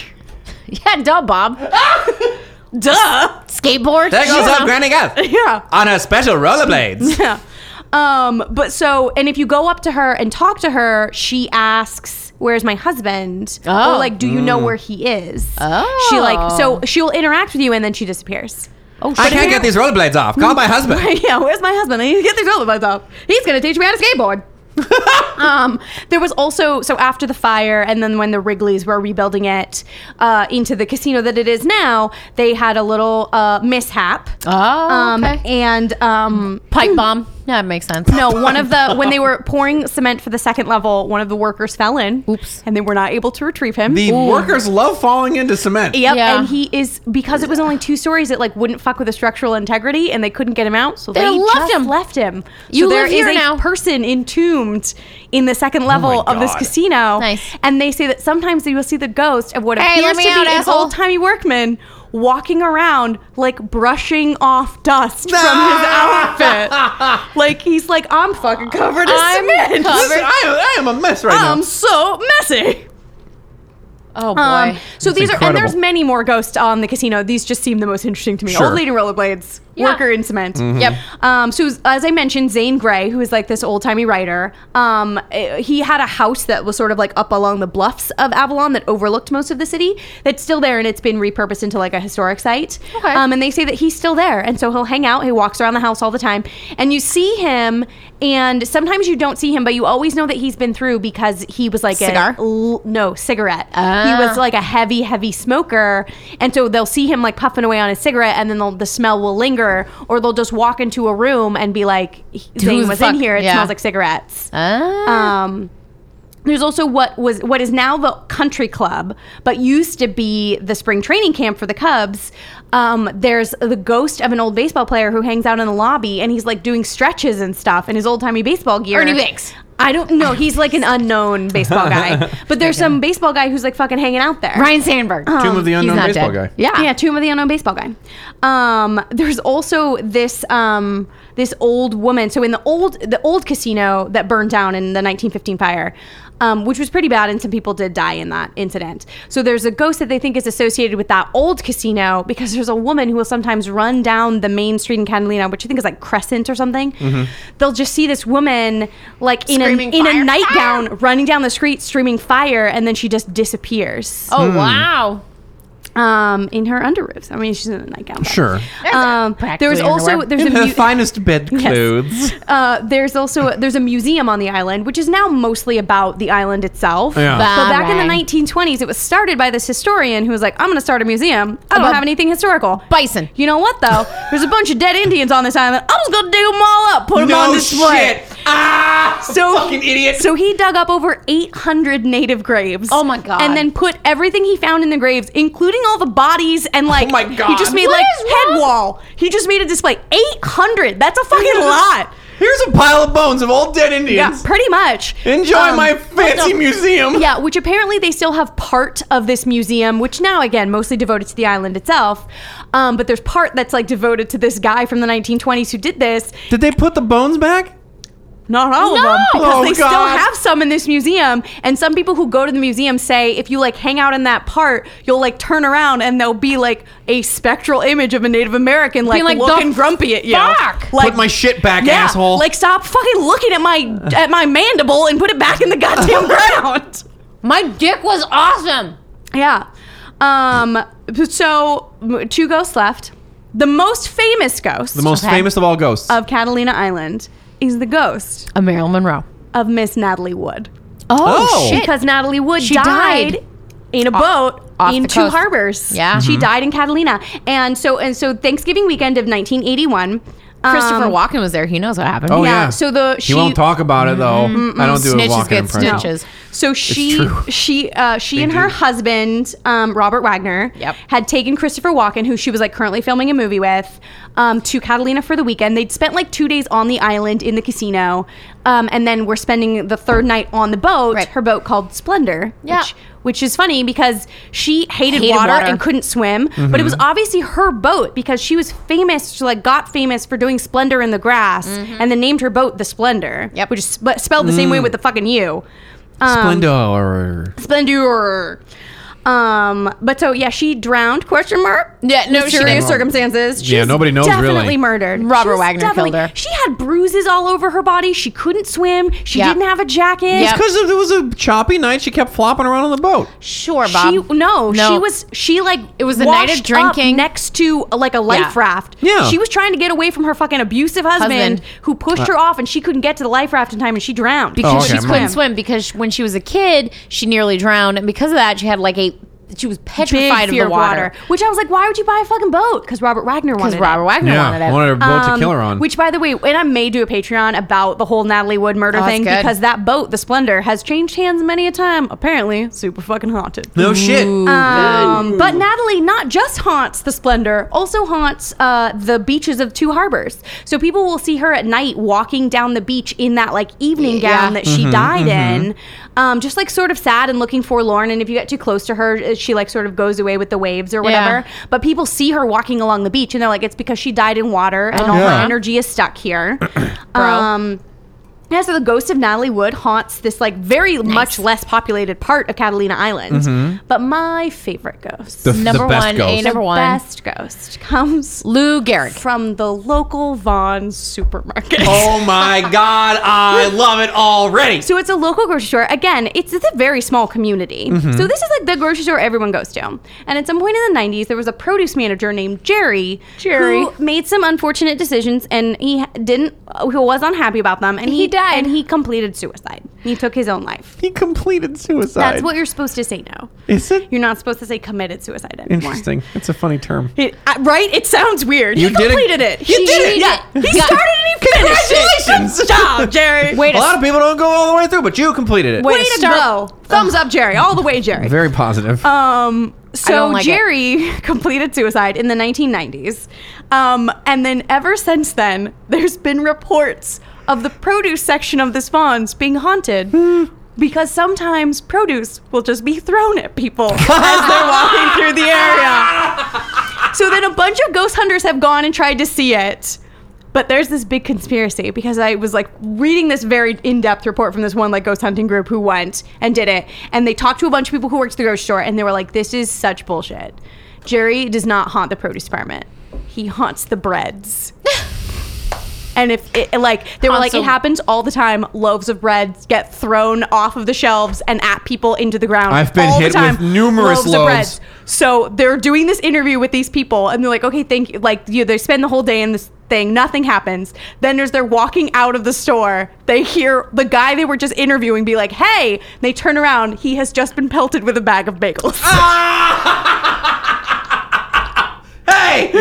E: Yeah, duh, Bob.
C: Duh.
E: Skateboard.
A: there goes up Granny Gath
C: Yeah.
A: on her special rollerblades.
C: Yeah. Um, but so, and if you go up to her and talk to her, she asks, "Where's my husband?"
G: Oh.
C: Or like, "Do you know where he is?" Oh. She like so she'll interact with you and then she disappears.
E: Oh,
A: I can't get these rollerblades off. Call my husband.
C: yeah, where's my husband? I need to get these roller off. He's gonna teach me how to skateboard. um, there was also so after the fire, and then when the Wrigleys were rebuilding it uh, into the casino that it is now, they had a little uh, mishap.
G: Oh,
C: um,
G: okay.
C: and um,
E: pipe bomb. Yeah, it makes sense.
C: no, one of the when they were pouring cement for the second level, one of the workers fell in.
G: Oops.
C: And they were not able to retrieve him.
A: The workers love falling into cement.
C: Yep,
E: Yeah.
C: and he is because it was only two stories. It like wouldn't fuck with the structural integrity, and they couldn't get him out, so they,
E: left
C: just
E: him.
C: Left him.
E: You
C: so there
E: live
C: is
E: here
C: a
E: now.
C: person entombed in the second level of this
A: God.
C: casino.
E: Nice.
C: And they say that sometimes you will see the ghost of what
E: Hey,
C: appears
E: let
C: to
E: me
C: be an
E: out, asshole.
C: old timey workman walking around like brushing off dust from his outfit. like he's like, I'm fucking covered in
E: I'm
C: cement.
A: Listen, I, I am a mess right
C: I'm
A: now.
C: so messy.
E: Oh boy.
C: Um, so
A: That's
C: these are, and there's
A: incredible.
C: many more ghosts on the casino. These just seem the most interesting to me.
A: Sure. Mm-hmm.
C: Old lady rollerblades,
E: Yeah.
C: worker in cement.
E: Yep.
C: Um, so as- as I mentioned, Zane Grey, who is like this old timey writer, um, eh, he had a house that was sort of like up along the bluffs of Avalon that overlooked most of the city. That's still there, and it's been repurposed into like a historic site.
E: Okay.
C: Um, and they say that he's still there, and so he'll hang out. He walks around the house all the time, and you see him. And sometimes you don't see him, but you always know that he's been through because he was like
E: Cigar?
C: a l- no cigarette. He
E: Ah.
C: was like a heavy, heavy smoker, and so they'll see him like puffing away on his cigarette, and then they'll- the smell will linger, or they'll just walk into a room and be like,
E: the
C: "Zane was
E: fuck?"
C: in here. It
E: Yeah.
C: smells like cigarettes."
E: Ah.
C: Um, there's also what was what is now the country club, but used to be the spring training camp for the Cubs. Um, there's the ghost of an old baseball player who hangs out in the lobby, and he's like doing stretches and stuff in his old timey baseball gear.
E: Ernie Banks.
C: I don't know. He's like an unknown baseball guy, but there's some baseball guy who's like fucking hanging out there.
E: Ryan Sandberg.
A: Tomb of the Unknown
E: not
A: Baseball
E: dead.
A: Guy.
C: Yeah, yeah, Tomb of the Unknown baseball guy. Um, there's also this um, this old woman. So in the old the old casino that burned down in the 1915 fire, um, which was pretty bad, and some people did die in that incident. So there's a ghost that they think is associated with that old casino because there's a woman who will sometimes run down the main street in Catalina, which I think is like Crescent or something. They'll just see this woman like in a
E: Screaming
C: in
E: fire, Ah!
C: a nightgown running down the street streaming fire, and then she just disappears
E: Oh
A: Hmm.
E: wow.
C: um, in her underoofs. I mean, she's in a nightgown. but-
A: Sure.
C: Um, there was
E: practically
C: also
E: underwear.
C: there's a
A: Her
C: mu-
A: finest bedclothes.
C: uh, there's also a, there's a museum on the island, which is now mostly about the island itself.
A: Yeah.
C: But back in
E: Alright.
C: the 1920s, it was started by this historian who was like, "I'm going to start a museum. I don't
E: About
C: have anything historical."
E: Bison.
C: You know what though? There's a bunch of dead Indians on this island. I'm just going to dig them all up, put them on display.
A: Ah!
C: So-
A: fucking idiot.
C: So he dug up over 800 native graves.
E: Oh my God.
C: And then put everything he found in the graves, including all the bodies and like.
A: Oh my
C: He
A: God.
C: just made
A: What
C: like head wall. He just made a display. 800. That's a fucking lot.
A: Here's a pile of bones of old dead
C: Yeah,
A: Indians.
C: pretty much.
A: Enjoy
C: Um,
A: my fancy museum.
C: yeah, which apparently they still have part of this museum, which now again mostly devoted to the island itself. Um, but there's part that's like devoted to this guy from the 1920s who did this.
A: Did they put the bones back?
C: Not all
E: No!
C: of them, because
A: Oh,
C: they still
A: God.
C: have some in this museum. And some people who go to the museum say, if you like hang out in that part, you'll like turn around and there'll be like a spectral image of a Native American like,
E: like,
C: looking
E: "The
C: grumpy at you.
E: fuck?"
C: Like,
A: put my shit back,
C: yeah,
A: asshole.
C: like stop fucking looking at my at my mandible and put it back in the goddamn ground.
E: My dick was awesome.
C: Yeah. Um. So two ghosts left. The most famous ghost
A: the most
E: Okay.
A: famous of all ghosts.
C: of Catalina Island is the ghost
E: A Marilyn Monroe.
C: of Miss Natalie Wood.
E: Oh,
A: Oh.
E: shit.
C: because Natalie Wood
E: She
C: died,
E: died.
C: in a boat
E: off
C: in
E: the
C: two
E: coast.
C: harbors.
E: Yeah. Mm-hmm.
C: she died in Catalina, and so and so Thanksgiving weekend of 1981.
E: Christopher
C: um,
E: Walken was there. He knows what happened.
A: oh
C: yeah,
A: yeah.
C: so the-
A: he
C: she- Mm-hmm.
A: won't talk about it though. I don't do a
E: Snitches
A: walking
E: get
A: impression.
E: stitches.
C: So she
A: true.
C: she uh, she and
A: do.
C: her husband um, Robert Wagner
E: Yep.
C: had taken Christopher Walken, who she was like currently filming a movie with, um, to Catalina for the weekend. They'd spent like two days on the island in the casino, um, and then were spending the third night on the boat.
E: Right.
C: Her boat called Splendor.
E: Yeah.
C: Which, which is funny because she hated,
E: Hated
C: water,
E: water.
C: and couldn't swim, but it was
A: Mm-hmm.
C: obviously her boat because she was famous. She like got famous for doing Splendor in the grass, and then named her boat the Splendor.
E: Mm-hmm. Yep.
C: Which is sp- spelled the same
A: Mm.
C: way with the fucking U. Um,
A: Splendor.
C: Splendor. Um, but so yeah, she drowned. Question mark.
E: Yeah, no, she
C: Mysterious
E: didn't.
C: circumstances. She
A: Yeah,
C: was
A: nobody knows,
C: Definitely
A: really.
C: murdered.
E: Robert
C: She was
E: Wagner
C: definitely-
E: killed her.
C: She had bruises all over her body. She couldn't swim. She
E: Yep.
C: didn't have a jacket.
E: Yep.
A: Because it was a choppy night, she kept flopping around on the boat.
E: Sure, Bob.
C: She no,
E: No.
C: she was she like it
E: was a night of drinking.
C: next to uh, like a life
E: Yeah.
C: raft.
A: Yeah.
C: she was trying to get away from her fucking abusive husband,
E: Husband. Uh.
C: who pushed her off, and she couldn't get to the life raft in time, and she drowned
E: because
A: Oh, okay,
E: she
A: I'm
E: couldn't
A: right.
E: swim because when she was a kid she nearly drowned and because of that she had like a she was
C: big
E: petrified
C: fear
E: of the water
C: Which I was like, why would you buy a fucking boat? Because Robert Wagner
E: because
C: wanted
E: Robert
C: it.
E: Wagner wanted it.
A: wanted her boat to
C: Um,
A: kill her on.
C: Which, by the way, and I may do a Patreon about the whole Natalie Wood murder
E: Oh, that's
C: thing
E: good.
C: because that boat, the Splendor, has changed hands many a time. Apparently, super fucking haunted.
A: no shit.
C: Um, but Natalie not just haunts the Splendor, also haunts uh, the beaches of Two Harbors. So people will see her at night walking down the beach in that like evening gown that she died in, um, just like sort of sad and looking forlorn. And if you get too close to her, uh, she like sort of goes away with the waves or whatever. But people see her walking along the beach and they're like, it's because she died in water and all
A: Yeah.
C: her energy is stuck here. um, yeah, so the ghost of Natalie Wood haunts this like very much less populated part of Catalina Island. But my favorite ghost,
A: Mm-hmm. The- the
E: number
A: best
E: one,
A: ghost.
E: a number
C: the
E: one,
C: best ghost, comes
E: Lou Gehrig.
C: from the local Vaughn supermarket.
A: oh my god, I love it already.
C: So it's a local grocery store. Again, it's, it's a very small community.
A: Mm-hmm.
C: So this is like the grocery store everyone goes to. And at some point in the 90s, there was a produce manager named Jerry,
E: Jerry.
C: who made some unfortunate decisions and he ha- didn't, who was unhappy about them. And he, died. And he completed suicide. He took his own life.
A: He completed suicide.
C: That's what you're supposed to say now.
A: Is it?
C: You're not supposed to say committed suicide anymore.
A: Interesting. It's a funny term.
C: It- uh, right? It sounds weird.
A: You
C: he
A: did it.
C: completed it.
A: You
C: He
A: did it.
C: Yeah. He started and he finished it.
A: Congratulations.
C: Good job, Jerry. Wait
A: A lot of people don't go all the way through, but you completed it.
C: Way to go. Thumbs up, Jerry. All the way, Jerry.
A: Very positive.
C: Um, so
E: don't like it.
C: Jerry completed suicide in the 1990s. Um, and then ever since then, there's been reports of the produce section of the spawns being haunted.
E: Hmm.
C: Because sometimes produce will just be thrown at people as they're walking through the area. So then a bunch of ghost hunters have gone and tried to see it. But there's this big conspiracy because I was like reading this very in-depth report from this one like ghost hunting group who went and did it, and they talked to a bunch of people who worked at the grocery store, and they were like, "This is such bullshit. Jerry does not haunt the produce department. He haunts the breads." And if it, like they were like
E: Haunts
C: it
E: a-
C: happens all the time, loaves of bread get thrown off of the shelves and at people into the ground.
A: I've been
C: all
A: hit
C: the time.
A: with numerous
C: of bread.
A: loaves.
C: So they're doing this interview with these people, and they're like, "Okay, thank you." Like, you, they spend the whole day in this thing, nothing happens. Then as they're walking out of the store, they hear the guy they were just interviewing be like, "Hey!" They turn around. He has just been pelted with a bag of bagels.
A: Ah. hey!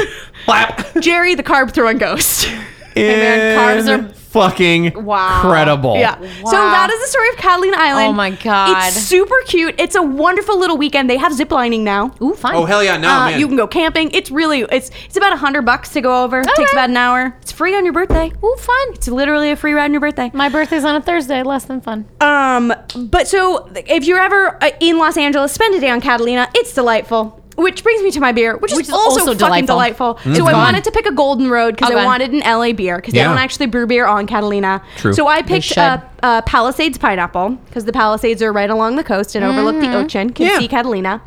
A: Clap.
C: Jerry, the carb throwing ghost.
A: Is
E: carbs are-
A: fucking
E: Wow.
A: credible.
C: Yeah. So that is the story of Catalina Island.
E: Oh my God.
C: It's super cute. It's a wonderful little weekend. They have zip lining now.
E: Ooh, fine.
A: Oh hell yeah! No
C: uh,
A: man.
C: you can go camping. It's really it's it's about a hundred bucks to go over. It takes about an hour. It's free on your birthday.
E: Ooh, fun.
C: It's literally a free ride on your birthday.
H: My birthday's on a Thursday. Less than fun.
C: Um, but so if you're ever uh, in Los Angeles, spend a day on Catalina. It's delightful. Which brings me to my beer, which,
E: Which
C: is,
E: is
C: also,
E: also
C: fucking delightful.
E: delightful.
C: So I wanted to pick a Golden Road because I
E: Okay.
C: wanted an LA beer because they
A: Yeah.
C: don't actually brew beer on Catalina.
A: True.
C: So I picked
E: should.
C: up uh, Palisades Pineapple because the Palisades are right along the coast and overlook the ocean. Can
A: Yeah. Mm-hmm.
C: see Catalina.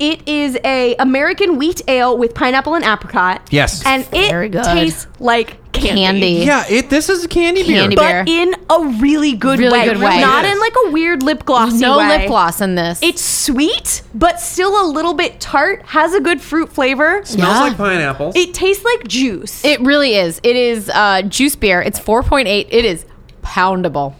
C: It is a American wheat ale with pineapple and apricot.
A: Yes.
C: and
E: Very
C: it
E: good.
C: tastes like candy.
E: Candy.
A: yeah, it. This is a candy,
E: Candy
A: beer.
E: beer.
C: But in a really good
E: Really
C: way.
E: good way.
C: Not
A: Yes.
C: in like a weird lip glossy
E: no
C: way.
E: lip gloss in this.
C: It's sweet, but still a little bit tart. Has a good fruit flavor.
A: Smells
E: Yeah.
A: like pineapples.
C: It tastes like juice.
E: it really is. It is uh, juice beer. It's 4.8. It is poundable.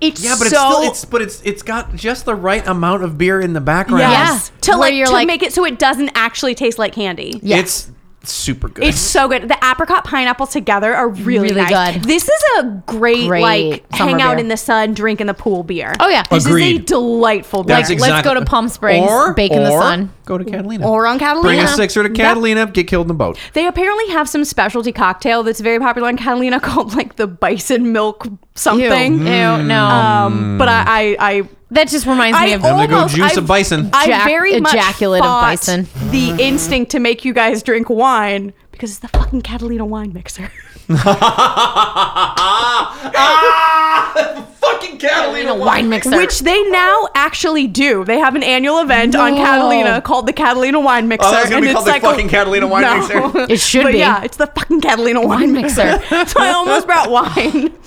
C: it's
A: yeah, but it's
C: so
A: still it's but it's it's got just the right amount of beer in the background.
C: yes
E: Yeah.
C: to
E: Where
C: like
E: you're
C: to
E: like-
C: make it so it doesn't actually taste like candy.
E: Yeah.
A: It's super good.
C: It's so good. The apricot pineapple together are really,
G: Really
C: nice.
G: good.
C: This is a great,
G: Great
C: like
G: summer
C: hang out
G: beer.
C: in the sun, drink in the pool beer.
G: Oh yeah.
C: This is a
B: Agreed.
C: delightful beer.
A: That's
G: Let's
A: exactly-
G: go to Palm Springs, bake in the
A: or
G: sun.
A: Go to Catalina.
C: or on Catalina.
A: Bring a sixer to Catalina, get killed in the boat.
C: They apparently have some specialty cocktail that's very popular in Catalina called like the bison milk something.
G: Ew, no.
C: Um, but I, I, I
G: that just reminds me
C: I
G: of
A: gonna go
C: almost-
A: juice
C: I-
A: a bison.
C: I
G: Jack-
C: very much
G: ejaculate a
C: fought
G: bison.
C: The instinct to make you guys drink wine because it's the fucking Catalina wine mixer.
A: Ah!
E: Fucking Catalina.
G: wine mixer.
C: Which they now actually do. They have an annual event on Catalina called the Catalina Wine Mixer.
A: Oh, it's gonna be called the
C: a-
A: fucking Catalina Wine Mixer.
G: It should
C: but
G: be.
C: Yeah, it's the fucking Catalina Wine, Mixer. so I almost brought wine.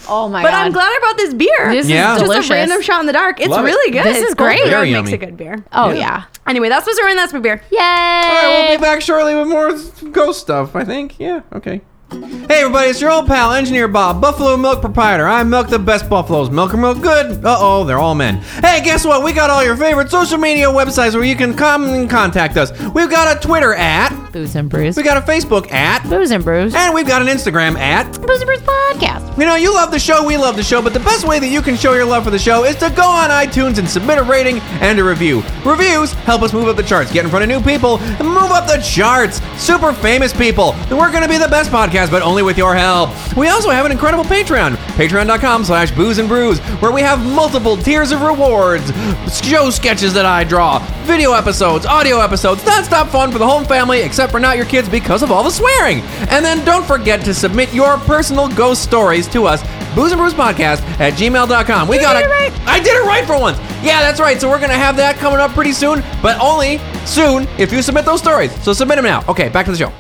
G: oh my
C: but
G: god.
C: I'm glad I brought this beer.
G: This
A: Yeah.
G: is
C: just
G: delicious.
C: a random shot in the dark. It's
A: Love it.
C: really good.
G: This is
C: It's called
G: great.
C: The Road
A: Very
C: makes a
A: yummy.
C: good beer.
G: oh yeah.
C: Anyway, that's what's in that's my beer.
A: All right, we'll be back shortly with more ghost stuff, I think. Yeah, okay. Hey, everybody, it's your old pal, Engineer Bob, Buffalo Milk Proprietor. I milk the best buffaloes. Milk or milk good? Uh oh, they're all men. Hey, guess what? We got all your favorite social media websites where you can come and contact us. We've got a Twitter at,
G: Booze and brews.
A: we got a Facebook at,
G: Booze and brews.
A: and we've got an Instagram at.
G: Booze and brews podcast.
A: You know, you love the show, we love the show, but the best way that you can show your love for the show is to go on iTunes and submit a rating and a review. Reviews help us move up the charts, get in front of new people, and move up the charts. Super famous people. We're going to be the best podcast, but only with your help. We also have an incredible Patreon, patreon.com slash booze and brews, where we have multiple tiers of rewards, show sketches that I draw, video episodes, audio episodes, non-stop fun for the whole family, except for not your kids because of all the swearing. And then don't forget to submit your personal ghost stories to us, booze and brews podcast at gmail.com. We got it right. I did it right for once. Yeah, that's right. So we're gonna have that coming up pretty soon, but only soon if you submit those stories. So submit them now. Okay, back to the show.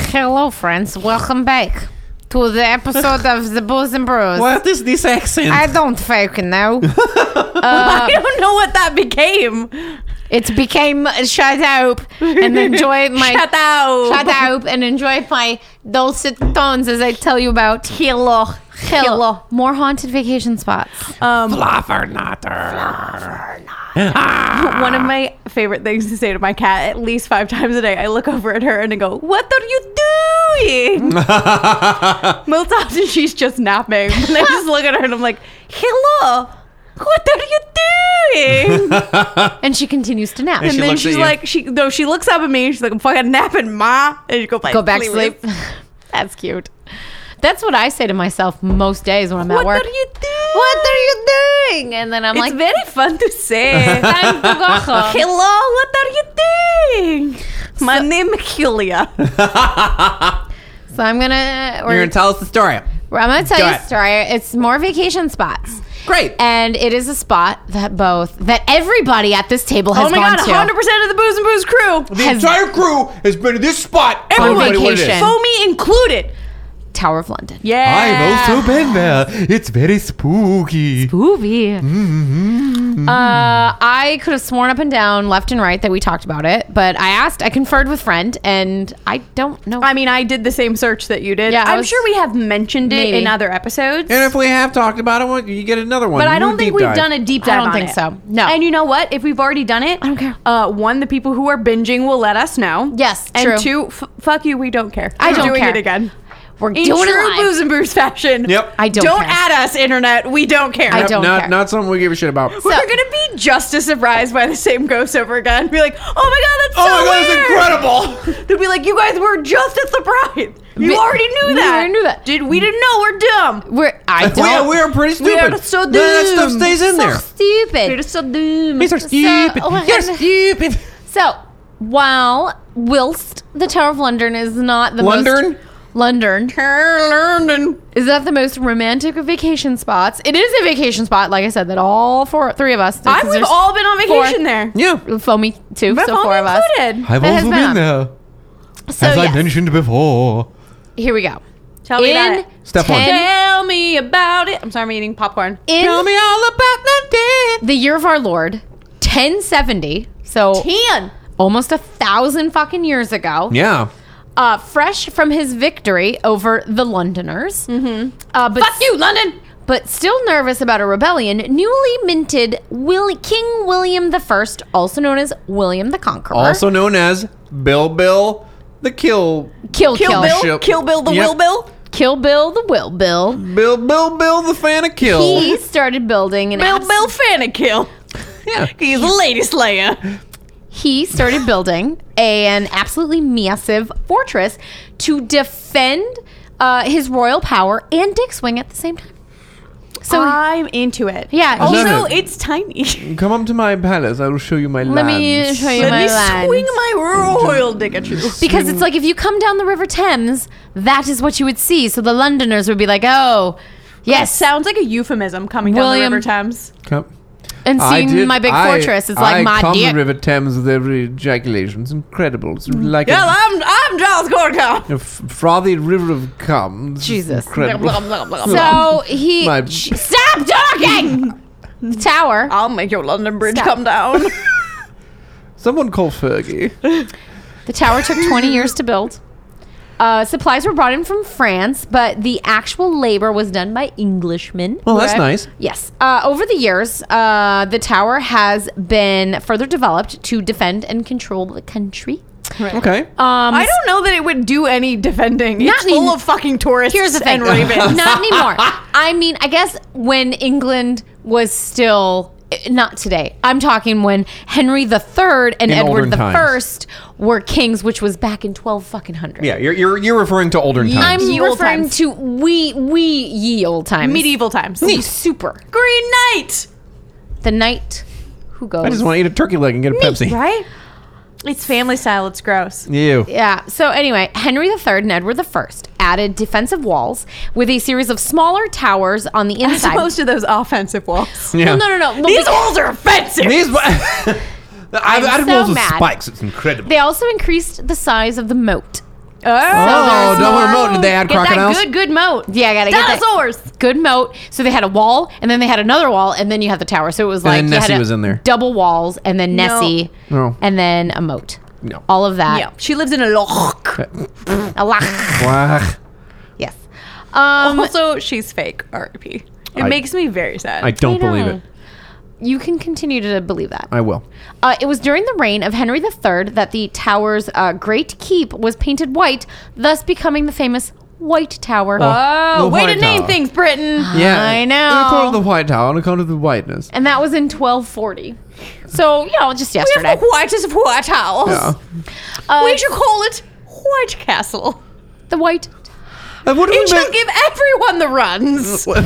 G: Hello, friends. Welcome back to the episode of the Booze and Brews.
A: What is this accent?
G: I don't fucking know. Uh,
C: I don't know what that became.
G: It became shut up and enjoy my
C: Shut up.
G: shut up and enjoy my dulcet tones as I tell you about hello hello more haunted vacation spots.
C: Um, One of my favorite things to say to my cat at least five times a day, I look over at her and I go, What are you doing? Most often she's just napping. And I just look at her and I'm like, Hello, what are you doing?
G: And she continues to nap.
C: and
A: she
C: then
A: looks at
C: she's
A: you.
C: like, she no, she looks up at me and she's like, I'm fucking napping, ma. And you go back
G: Go back to sleep. That's cute. That's what I say to myself most days when I'm
C: What
G: at work.
C: are you doing?
G: what are you doing? And then I'm
C: It's
G: like,
C: very fun to say.
G: "Time to go home."
C: Hello, what are you doing? My name is Julia.
G: So I'm gonna. We're,
A: You're gonna tell us the story.
G: I'm gonna tell
A: Do
G: you a
A: it.
G: story. It's more vacation spots.
A: Great.
G: And it is a spot that both that everybody at this table has
C: Oh my
G: gone
C: god, 100%
G: to.
C: of the Booze and Booze crew.
G: Has-
A: crew has been to this spot.
G: Everyone.
A: Everybody, what it is.
G: Vacation.
C: Foamy included.
G: Tower of London.
C: Yeah.
B: I've also been there. It's very spooky.
G: Movie.
A: Mm-hmm.
G: Uh, I could have sworn up and down, left and right, that we talked about it. But I asked, I conferred with friend, and I don't know.
C: I mean, I did the same search that you did.
G: Yeah, I
C: I'm
G: was-
C: sure we have mentioned it in
G: Maybe.
C: other episodes.
A: And if we have talked about it, well, you get another one.
C: but I
A: New
C: don't think
A: deep
C: we've
A: dive.
C: done a deep
G: I
C: dive.
G: don't
C: on
G: think
C: it.
G: so. No.
C: And you know what? If we've already done it, I
G: don't care.
C: Uh, one, the people who are binging will let us know.
G: Yes,
C: And
G: true.
C: two, f- fuck you. We don't care.
G: I
C: We're
G: don't
C: doing
G: care.
C: it again.
G: We're
C: In
G: doing
C: true
G: it live.
C: booze and booze fashion.
A: Yep.
G: I don't
C: Don't
G: care.
C: at us, internet. We don't care.
G: I don't
A: not
G: care.
A: not something we give a shit about.
C: We're gonna be just as surprised by the same ghost over again. Be like, oh my god, that's so weird.
A: incredible!
C: They'll be like, you guys were just as surprised. You
G: But-
C: already knew
G: We
C: that.
G: already knew that.
C: Did we didn't know we're dumb?
G: We're I
A: We
G: don't.
A: are, we are pretty
C: We
A: stupid.
C: are so
A: None of that stuff
C: dumb.
A: stays in there.
G: stupid.
C: We're so dumb.
B: These are stupid.
G: oh,
B: You're
G: and-
B: stupid.
G: So, while whilst the Tower of London is not the
A: London?
G: most London London is not the most romantic of vacation spots. It is a vacation spot, like I said, that all four, three of us.
C: I
G: because
C: we've
G: there's
C: all been on
G: four-
C: vacation there.
A: Yeah.
G: foamy too,
C: But
G: so
C: all
G: four of us.
C: included.
B: I've
G: That has
B: also
G: been
B: been
G: on.
B: there,
G: So
B: as I
G: yes,
B: mentioned before.
G: here we go.
C: Tell me about
G: In
C: it.
B: Step one.
G: ten,
C: Tell me about it. I'm sorry, I'm eating popcorn.
G: in
A: me all about the dead.
G: the year of our Lord, ten seventy. So
C: Can.
G: almost a thousand fucking years ago.
A: Yeah.
G: uh, fresh from his victory over the Londoners. Mm-hmm. Uh, but Fuck you, London! But still nervous about a rebellion, newly minted Will- King William I, also known as William the Conqueror.
A: Also known as Bill Bill the kill
G: Kill
C: Kill Bill,
G: Kill. Kill Bill,
A: Ship.
C: Kill Bill, the
A: Yep.
C: Will Bill.
G: the Will Bill.
A: Bill Bill Bill the fan of kill.
G: He started building an
C: Bill,
G: abs-
C: Bill, Fanny Kill.
A: yeah.
C: He's a lady slayer.
G: he started building an absolutely massive fortress to defend uh, his royal power and dick swing at the same time. So
C: I'm into it.
G: Yeah, he-
C: Also,
A: Love it.
C: it's tiny.
A: Come up to my palace. I will show you my
G: let
A: land.
G: me show you
C: Let
G: my
C: me
G: land.
C: swing my royal dick at you.
G: Because it's like if you come down the River Thames, that is what you would see. So the Londoners would be like, "Oh, yes."
C: sounds like a euphemism coming down
G: William-
C: the River Thames.
A: Come.
G: and
A: I
G: seeing
A: did-
G: my big
A: I-
G: fortress is like
A: I
G: my
A: come the
G: dick.
A: River Thames with every ejaculation. It's incredible. It's like
C: Well,
A: a,
C: I'm I'm Giles Gorka.
A: a f- frothy river of cum. It's
G: Jesus.
A: Incredible.
G: So he
A: My-
G: Sh- stop talking. The tower.
C: I'll make your London Bridge
G: Stop.
C: come down.
A: Someone call Fergie.
G: The tower took 20 years to build. Uh, supplies were brought in from France, but the actual labor was done by Englishmen.
A: Well, Oh, that's nice.
G: Yes. Uh, over the years, uh, the tower has been further developed to defend and control the country.
A: Okay.
G: Um,
C: I don't know that it would do any defending. it's
G: Not
C: full
G: any-
C: of fucking tourists
G: Here's the thing.
C: and ravens.
G: Not anymore. I mean, I guess when England was still eh, not today. I'm talking when Henry III
A: In
G: and
A: olden
G: Edward the
A: times.
G: First were kings, which was back in 12 fucking hundred.
A: yeah, you're, you're you're referring to olden times.
G: I'm
C: Ye olde
G: referring
C: times.
G: to we we ye old times.
C: Medieval times.
G: Ooh, super.
C: Green Knight.
G: The knight who goes.
A: I just want to eat a turkey leg and get a Pepsi.
C: Right? It's family style. It's gross.
A: You.
G: Yeah. So anyway, Henry III and Edward I added defensive walls with a series of smaller towers on the
C: As
G: inside.
C: opposed to those offensive walls.
A: Yeah.
G: Well, no, no, no. Well,
C: These
G: because-
C: walls are offensive.
A: These. I've,
G: I'm
A: I've
G: so
A: rolled with
G: mad.
A: spikes. It's incredible.
G: They also increased the size of the moat.
C: Uh,
A: Oh, don't want a moat. Did they add
G: Get that
A: crocodiles?
G: good, good moat. Yeah, I gotta get that
C: Dinosaurs.
G: good moat. So they had a wall, and then they had another wall, and then you had the tower. So it was
A: And
G: like
A: then
G: you had
A: Nessie
G: a-
A: was in there.
G: double walls, and then Nessie,
A: No.
G: and then a moat.
A: No.
G: All of that.
C: Yeah. She lives in a loch.
G: A lot.
A: Wah.
G: yes. Um,
C: Also, she's fake. R.I.P. It
A: I-
C: makes me very sad.
A: I don't believe
G: know.
A: it.
G: you can continue to believe that.
A: I will.
G: Uh, it was during the reign of Henry III that the tower's uh, great keep was painted white, thus becoming the famous White Tower.
C: oh,
A: the
C: way to
A: White
C: name
A: Tower.
C: things, Britain.
A: Yeah.
G: I
A: They call it
G: know.
A: the White Tower on account of the whiteness.
G: and that was in 1240. So, you know, just
C: We
G: yesterday.
C: have the whitest of white house.
A: Yeah.
G: Uh,
C: We should call it White Castle.
G: the White
A: And Uh, what do
C: It
A: we
C: shall
A: make?
C: give everyone the runs.
A: What?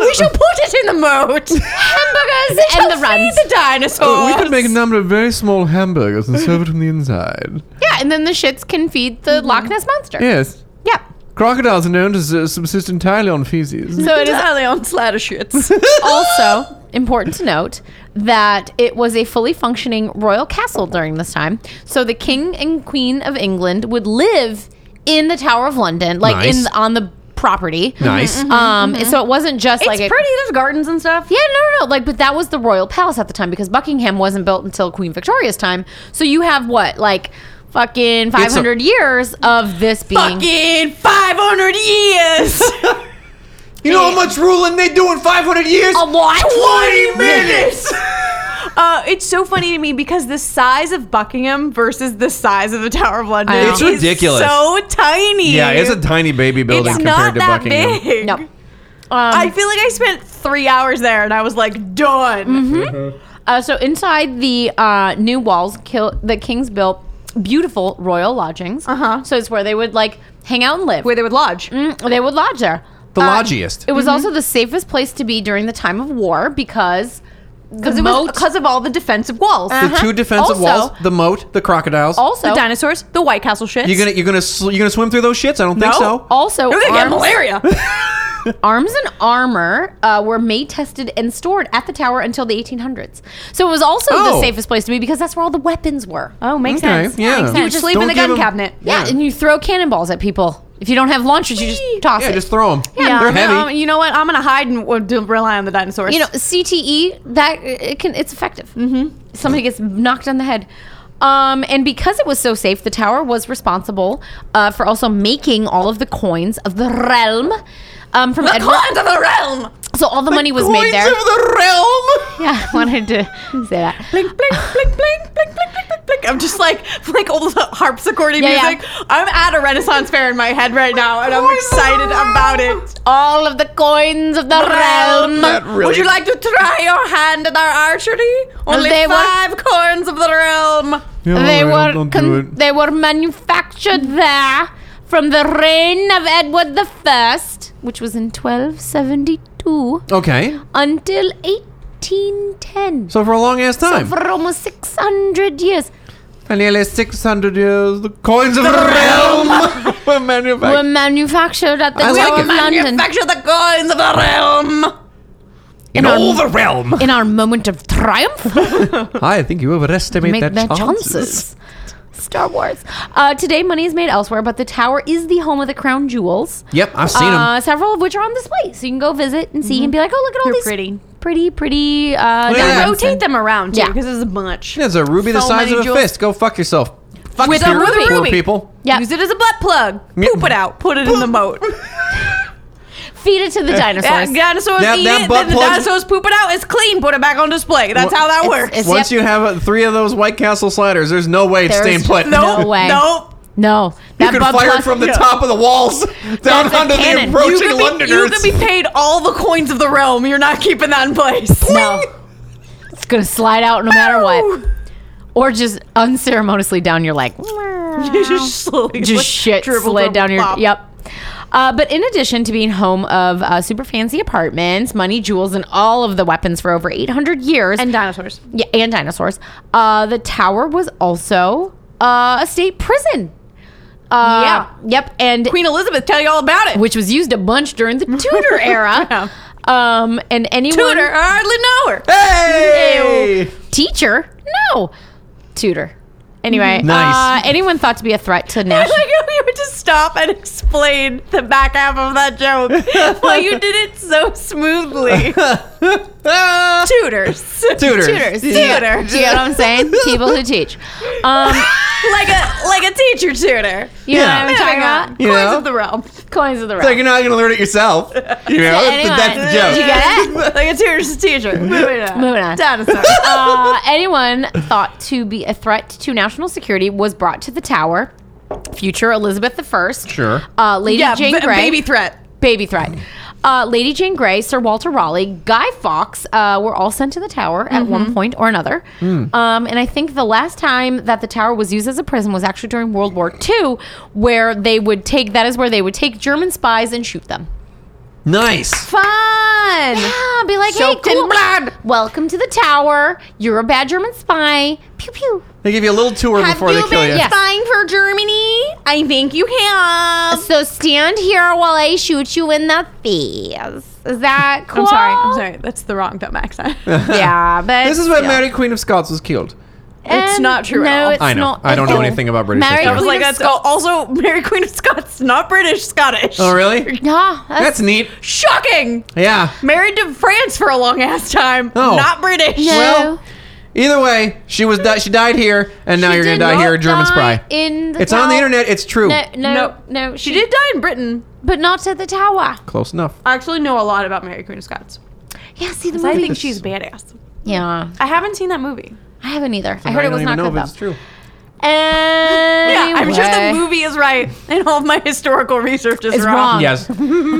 C: We shall put it in the moat.
G: Hamburgers and the runs.
C: Feed the dinosaurs.
A: Oh, we could make a number of very small hamburgers and serve it from the inside. Mm-hmm.
G: Yeah, and then the shits can feed the Loch Ness Monster.
A: Yes.
G: Yeah.
A: Crocodiles are known to s- subsist entirely on feces.
G: So it is
C: entirely on slider shits.
G: also important to note that it was a fully functioning royal castle during this time. So the king and queen of England would live in the Tower of London, like
A: Nice.
G: in on the property.
A: Nice.
G: Um, so it wasn't just like a-
C: Mm-hmm. it's pretty. There's gardens and stuff.
G: yeah, no, no, no. Like, but that was the royal palace at the time because Buckingham wasn't built until Queen Victoria's time. So you have what, like, fucking five hundred years of this being.
C: Fucking 500 years.
A: You know how much ruling they do in 500 years?
G: a lot.
A: 20 minutes!
C: uh, it's so funny to me because the size of Buckingham versus the size of the Tower of London
G: I know. It's
C: is
A: ridiculous.
C: so tiny.
A: tiny baby
C: It's not that big.
G: No. Um,
C: I feel like I spent three hours there and I was like done.
G: Uh, so inside the uh, new walls, kill, the kings built beautiful royal lodgings.
C: Uh-huh.
G: So it's where they would like hang out and live.
C: Where they would lodge.
G: Mm, they would lodge there.
A: The
G: Uh,
A: lodgiest.
G: It was
C: Mm-hmm.
G: also the safest place to be during the time of war because the
C: Oh, Because
G: moat.
C: of all the defensive walls.
A: The two defensive
G: Also-
A: walls, the moat, the crocodiles.
G: also,
C: the dinosaurs, the White Castle shits.
A: You're gonna you're gonna sl- you're gonna swim through those shits? I don't think
C: No.
A: so.
G: also
C: You're gonna get
G: arms-
C: malaria.
G: arms and armor uh, were made, tested, and stored at the tower until the 1800s. So it was also
A: Oh.
G: the safest place to be because that's where all the weapons were.
C: oh, makes
A: Okay,
C: sense.
A: yeah.
C: Makes sense.
A: You
C: You would
A: just
C: sleep
A: don't
C: in the
A: give
C: gun
A: them-
C: cabinet.
G: Yeah, and you throw cannonballs at people. If you don't have launchers, you just toss
A: Yeah,
G: it.
A: just throw them.
G: Yeah.
A: They're
C: I'm gonna-
A: heavy.
C: you know what? I'm gonna hide and we'll do- rely on the dinosaurs.
G: you know CTE that it can it's effective. Mm-hmm. Somebody gets knocked on the head. Um, and because it was so safe, the tower was responsible uh, for also making all of the coins of the realm um, from Edward.
C: Climb to the realm.
G: So all the, money was made there.
A: the realm.
G: yeah, I wanted to say that.
C: Blink, blink, blink, blink, blink, blink, blink, blink, Like, I'm just like like old harpsichord
E: Yeah, yeah.
C: music. I'm at a Renaissance fair in my head right now, and I'm excited about it.
E: All of the coins of the realm.
C: Would you like to try your hand at our archery? Only
E: they were-
C: five coins of the realm.
A: Oh,
E: they were con- they were manufactured there from the reign of Edward the First, which was in 1272,
A: Okay.
E: until 1810.
A: So for a long ass time.
E: for almost 600 years,
A: For nearly 600 years, the coins of the realm were
E: were
A: manufactured.
E: manufactured at the
A: I
E: Tower
A: like
E: of
A: it.
E: London.
C: Manufacture the coins of the realm.
A: In all the realm.
E: In our moment of triumph,
A: I think you overestimate
E: make
A: their,
E: their
A: chances.
E: chances. Star Wars. Uh, today, money is made elsewhere, but the tower is the home of the crown jewels.
A: Yep, I've seen Mm-hmm. 'em.
E: Uh, several of which are on display, so you can go visit and see and be like, "Oh, look at
C: They're
E: all these
C: pretty.
E: pretty, pretty." Uh,
A: at that.
E: diamonds and-
C: Rotate them around too,
E: Yeah.
C: because there's a bunch.
A: It's a ruby the
C: So
A: size
C: many
A: of a
C: jewels.
A: fist. Go fuck yourself. Fuck
E: With a
A: your
E: ruby.
A: poor
C: Ruby.
A: people.
E: Yeah.
C: Use it as a butt plug.
A: Yeah.
C: Poop it out. Put it in the moat.
E: Feed it to the
C: Yeah,
E: dinosaurs.
C: dinosaurs
A: That-
C: eat
A: that
C: it.
A: butt
C: Then the
A: plug-
C: dinosaurs poop it out. It's clean. Put it back on display. That's
A: Wha-
C: how that
E: It's-
C: works.
E: it's-
A: Once
E: Yep.
A: you have uh three of those White Castle sliders, there's no way it's
E: There's
A: staying put.
E: no-
C: nope.
E: way.
C: Nope.
E: no,
A: You could fire it from the top of the walls down
E: That's a
A: onto the
E: cannon.
C: You
A: approaching
C: could, be, you
A: Londoners.
C: could be paid all the coins of the realm. You're not keeping that in place.
E: No, it's gonna slide out no matter what, or just unceremoniously down your leg.
C: You just slowly
E: just
C: like,
E: shit
C: dribble,
E: slid
C: dribble,
E: down your
C: plop.
E: yep uh, but in addition to being home of uh, super fancy apartments money jewels and all of the weapons for over 800 years
C: And dinosaurs.
E: yeah, and dinosaurs uh, the tower was also uh, a state prison uh, yeah yep and
C: Queen Elizabeth, tell you all about it.
E: which was used a bunch during the Tudor era um, and anyone
C: Tudor, I hardly know her.
A: hey!
E: teacher no Tudor anyway
A: Nice.
E: uh, anyone thought to be a threat to
C: I
E: national
C: like how we would just stop and explain the back half of that joke. well, you did it so smoothly.
A: Ah!
C: Tutors.
A: Tutors.
E: tutors.
A: Yeah.
C: Tutor.
E: Do you know what I'm saying? People who teach. Um,
C: like a like a teacher tutor.
E: you know
A: Yeah.
E: what I'm talking about?
C: Coins
A: know?
C: of the realm.
E: Coins of the
A: It's like
E: realm.
A: you're not gonna learn it yourself. You know,
E: anyone.
A: that's the joke.
E: Did you get it?
C: like a tutor's teacher. Moving on.
E: Moving on.
C: Dinosaur.
E: Uh, anyone thought to be a threat to national security was brought to the tower. Future Elizabeth I.
A: Sure.
E: Uh, Lady
C: yeah, um,
E: Jane
C: ba-
E: Grey.
C: baby threat.
E: baby threat. Uh, Lady Jane Grey, Sir Walter Raleigh, Guy Fawkes uh, were all sent to the tower
G: Mm-hmm.
E: at one point or another.
A: Hmm.
E: Um, and I think the last time that the tower was used as a prison was actually during World War II, where they would take that is where they would take German spies and shoot them.
A: Nice.
C: Fun.
E: Yeah, be like,
C: Soaked
E: hey,
C: in
E: cool.
C: blood.
E: Welcome to the tower. You're a bad German spy. Pew pew.
A: They give you a little tour before they kill you.
E: Yes.
C: Fine for Germany. I think you have.
E: So stand here while I shoot you in the face. Is that cool?
C: I'm sorry. I'm sorry. That's the wrong dumb accent.
E: Yeah, but
A: This is when
E: still.
A: Mary Queen of Scots was killed.
C: It's
E: And
C: not true
E: No,
C: at all.
E: it's
A: I know.
E: not.
A: I don't
E: at
A: know
E: all.
A: anything about British
E: Mary
A: history.
C: I was
E: Queen
C: like,
E: of
C: that's
E: Scots-
C: cool. Also, Mary Queen of Scots, not British, Scottish.
A: Oh really?
E: Yeah, that's,
A: That's neat.
C: Shocking.
A: Yeah.
C: Married to France for a long ass time.
A: Oh.
C: Not British.
E: no.
A: Well, either way, she was di- she died here, and now
E: She
A: you're gonna
E: did
A: die
E: not
A: here, a German
E: die
A: spy.
E: In the
A: It's on the
E: tower.
A: internet. It's true.
E: No, no,
C: Nope.
E: no.
C: She did die in Britain.
E: but not at the tower.
A: Close enough.
C: I actually know a lot about Mary Queen of Scots.
E: Yeah, see the
C: 'Cause I
E: movie.
C: think she's badass.
E: yeah,
C: I haven't seen that movie.
E: I haven't either. I heard it was
A: I
E: not
A: don't even
E: good
A: know
E: though.
A: if it's true.
E: Anyway,
C: Yeah, I'm sure the movie is right, and all of my historical research is
E: is
C: wrong.
E: wrong.
A: Yes.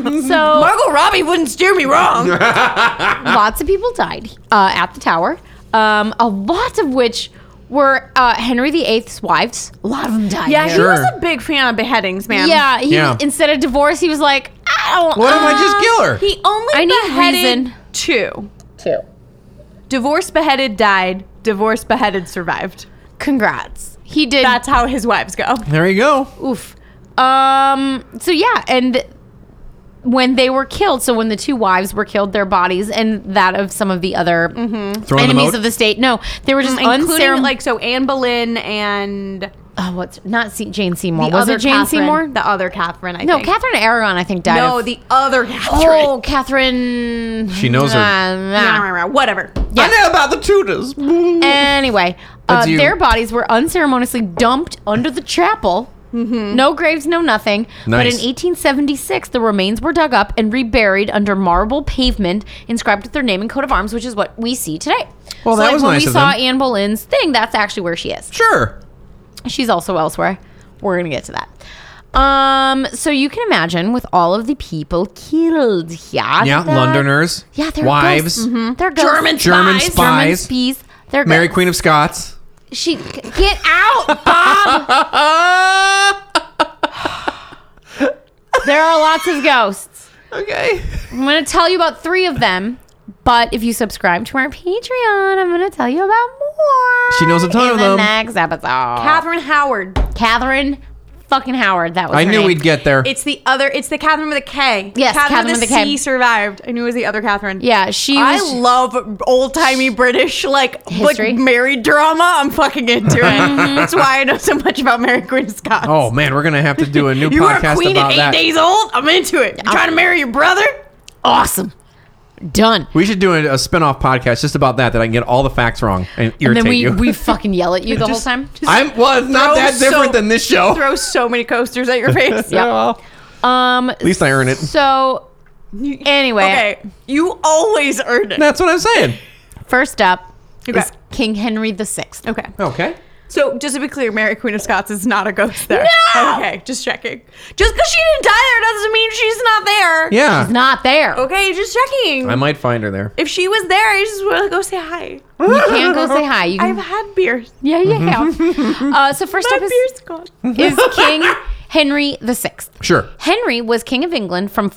E: So
C: Margot Robbie wouldn't steer me wrong.
E: lots of people died uh, at the tower. Um, a lot of which were uh, Henry VIII's wives. A lot of them died.
C: yeah,
A: Sure.
C: he was a big fan of beheadings, man.
E: Yeah, he
A: Yeah.
E: Was, instead of divorce, he was like, I don't.
A: What if I just kill her?
C: He only
E: I need
C: beheaded
E: reason.
C: two. Divorce beheaded died. Divorce beheaded survived.
E: Congrats. He did.
C: That's how his wives go.
A: There you go.
E: oof. Um. So yeah, and when they were killed, so when the two wives were killed, their bodies and that of some of the other
A: Throw in the
E: enemies
A: moat.
E: of the state. No, they were just
C: Mm-hmm. Including
E: unceremon-
C: like so Anne Boleyn and the
E: oh, what's not Se- Jane Seymour? was
C: other
E: it Jane
C: Catherine,
E: Seymour?
C: The other Catherine, I
E: no,
C: think.
E: Catherine Aragon. I think died.
C: No,
E: of-
C: the other Catherine.
E: oh, Catherine.
A: She knows her.
E: Nah, nah.
C: Whatever.
A: I know about the Tudors.
E: Anyway, uh,
A: That's you.
E: their bodies were unceremoniously dumped under the chapel. No graves, no nothing. But in
A: Nice.
E: 1876, the remains were dug up and reburied under marble pavement inscribed with their name and coat of arms, which is what we see today.
A: Well,
E: so
A: that
E: like
A: was
E: when
A: nice
E: we
A: of
E: saw
A: them.
E: Anne Boleyn's thing, that's actually where she is.
A: Sure.
E: She's also elsewhere. We're gonna get to that. Um, so you can imagine with all of the people killed here.
A: Yeah,
E: that-
A: Londoners.
E: Yeah, they're
A: wives.
E: Ghosts. Mhm. They're ghosts.
A: German German spies.
E: German
A: spies.
E: spies. They're
A: Mary
E: ghosts.
A: Queen of Scots.
E: She get out, Bob. Ah! there are lots of ghosts.
A: Okay.
E: I'm gonna tell you about three of them. But if you subscribe to our Patreon, I'm going to tell you about more.
A: She knows a ton
E: in
A: of
E: the
A: them.
E: next episode.
C: Catherine Howard.
E: Catherine fucking Howard. That was.
A: I
E: her
A: knew
E: name.
A: we'd get there.
C: It's the other. It's the Catherine with a K.
E: Yes,
C: Catherine,
E: Catherine
C: with a
E: with a K.
C: C survived. I knew it was the other Catherine.
E: Yeah, she.
C: I
E: was,
C: love old timey British like
E: History. Mm-hmm.
C: like married drama. I'm fucking into it. That's why I know so much about Mary Queen of Scots.
A: Oh man, we're gonna have to do a new
C: you were a
A: podcast
C: queen at
A: about
C: eight
A: that.
C: days old. I'm into it. You trying to marry your brother?
E: awesome. Done.
A: We should do a, a spin-off podcast just about that. That I can get all the facts wrong and irritate
E: And then we
A: you.
E: we fucking yell at you the whole time.
A: I'm well, it's not
C: throw
A: that different
C: so-
A: than this show.
C: Throw so many coasters at your face.
E: Yeah. Um. At
A: least I earn it.
E: So, anyway,
C: Okay. You always earn it.
A: That's what I'm saying.
E: first up
C: Okay.
E: is King Henry the Sixth.
C: Okay.
A: Okay.
C: So just to be clear, Mary Queen of Scots is not a ghost there.
E: No!
C: Okay, just checking. Just because she didn't die there doesn't mean she's not there.
A: Yeah.
E: He's not there.
C: Okay, just checking.
A: I might find her there.
C: if she was there, I just want to go say hi.
E: You can't go say hi. You
C: I've
E: can,
C: had beers.
E: yeah, yeah,
A: Mm-hmm.
E: yeah. uh, so first
C: My
E: up is,
C: beer's gone.
E: is King Henry the Sixth.
A: Sure.
E: Henry was king of England from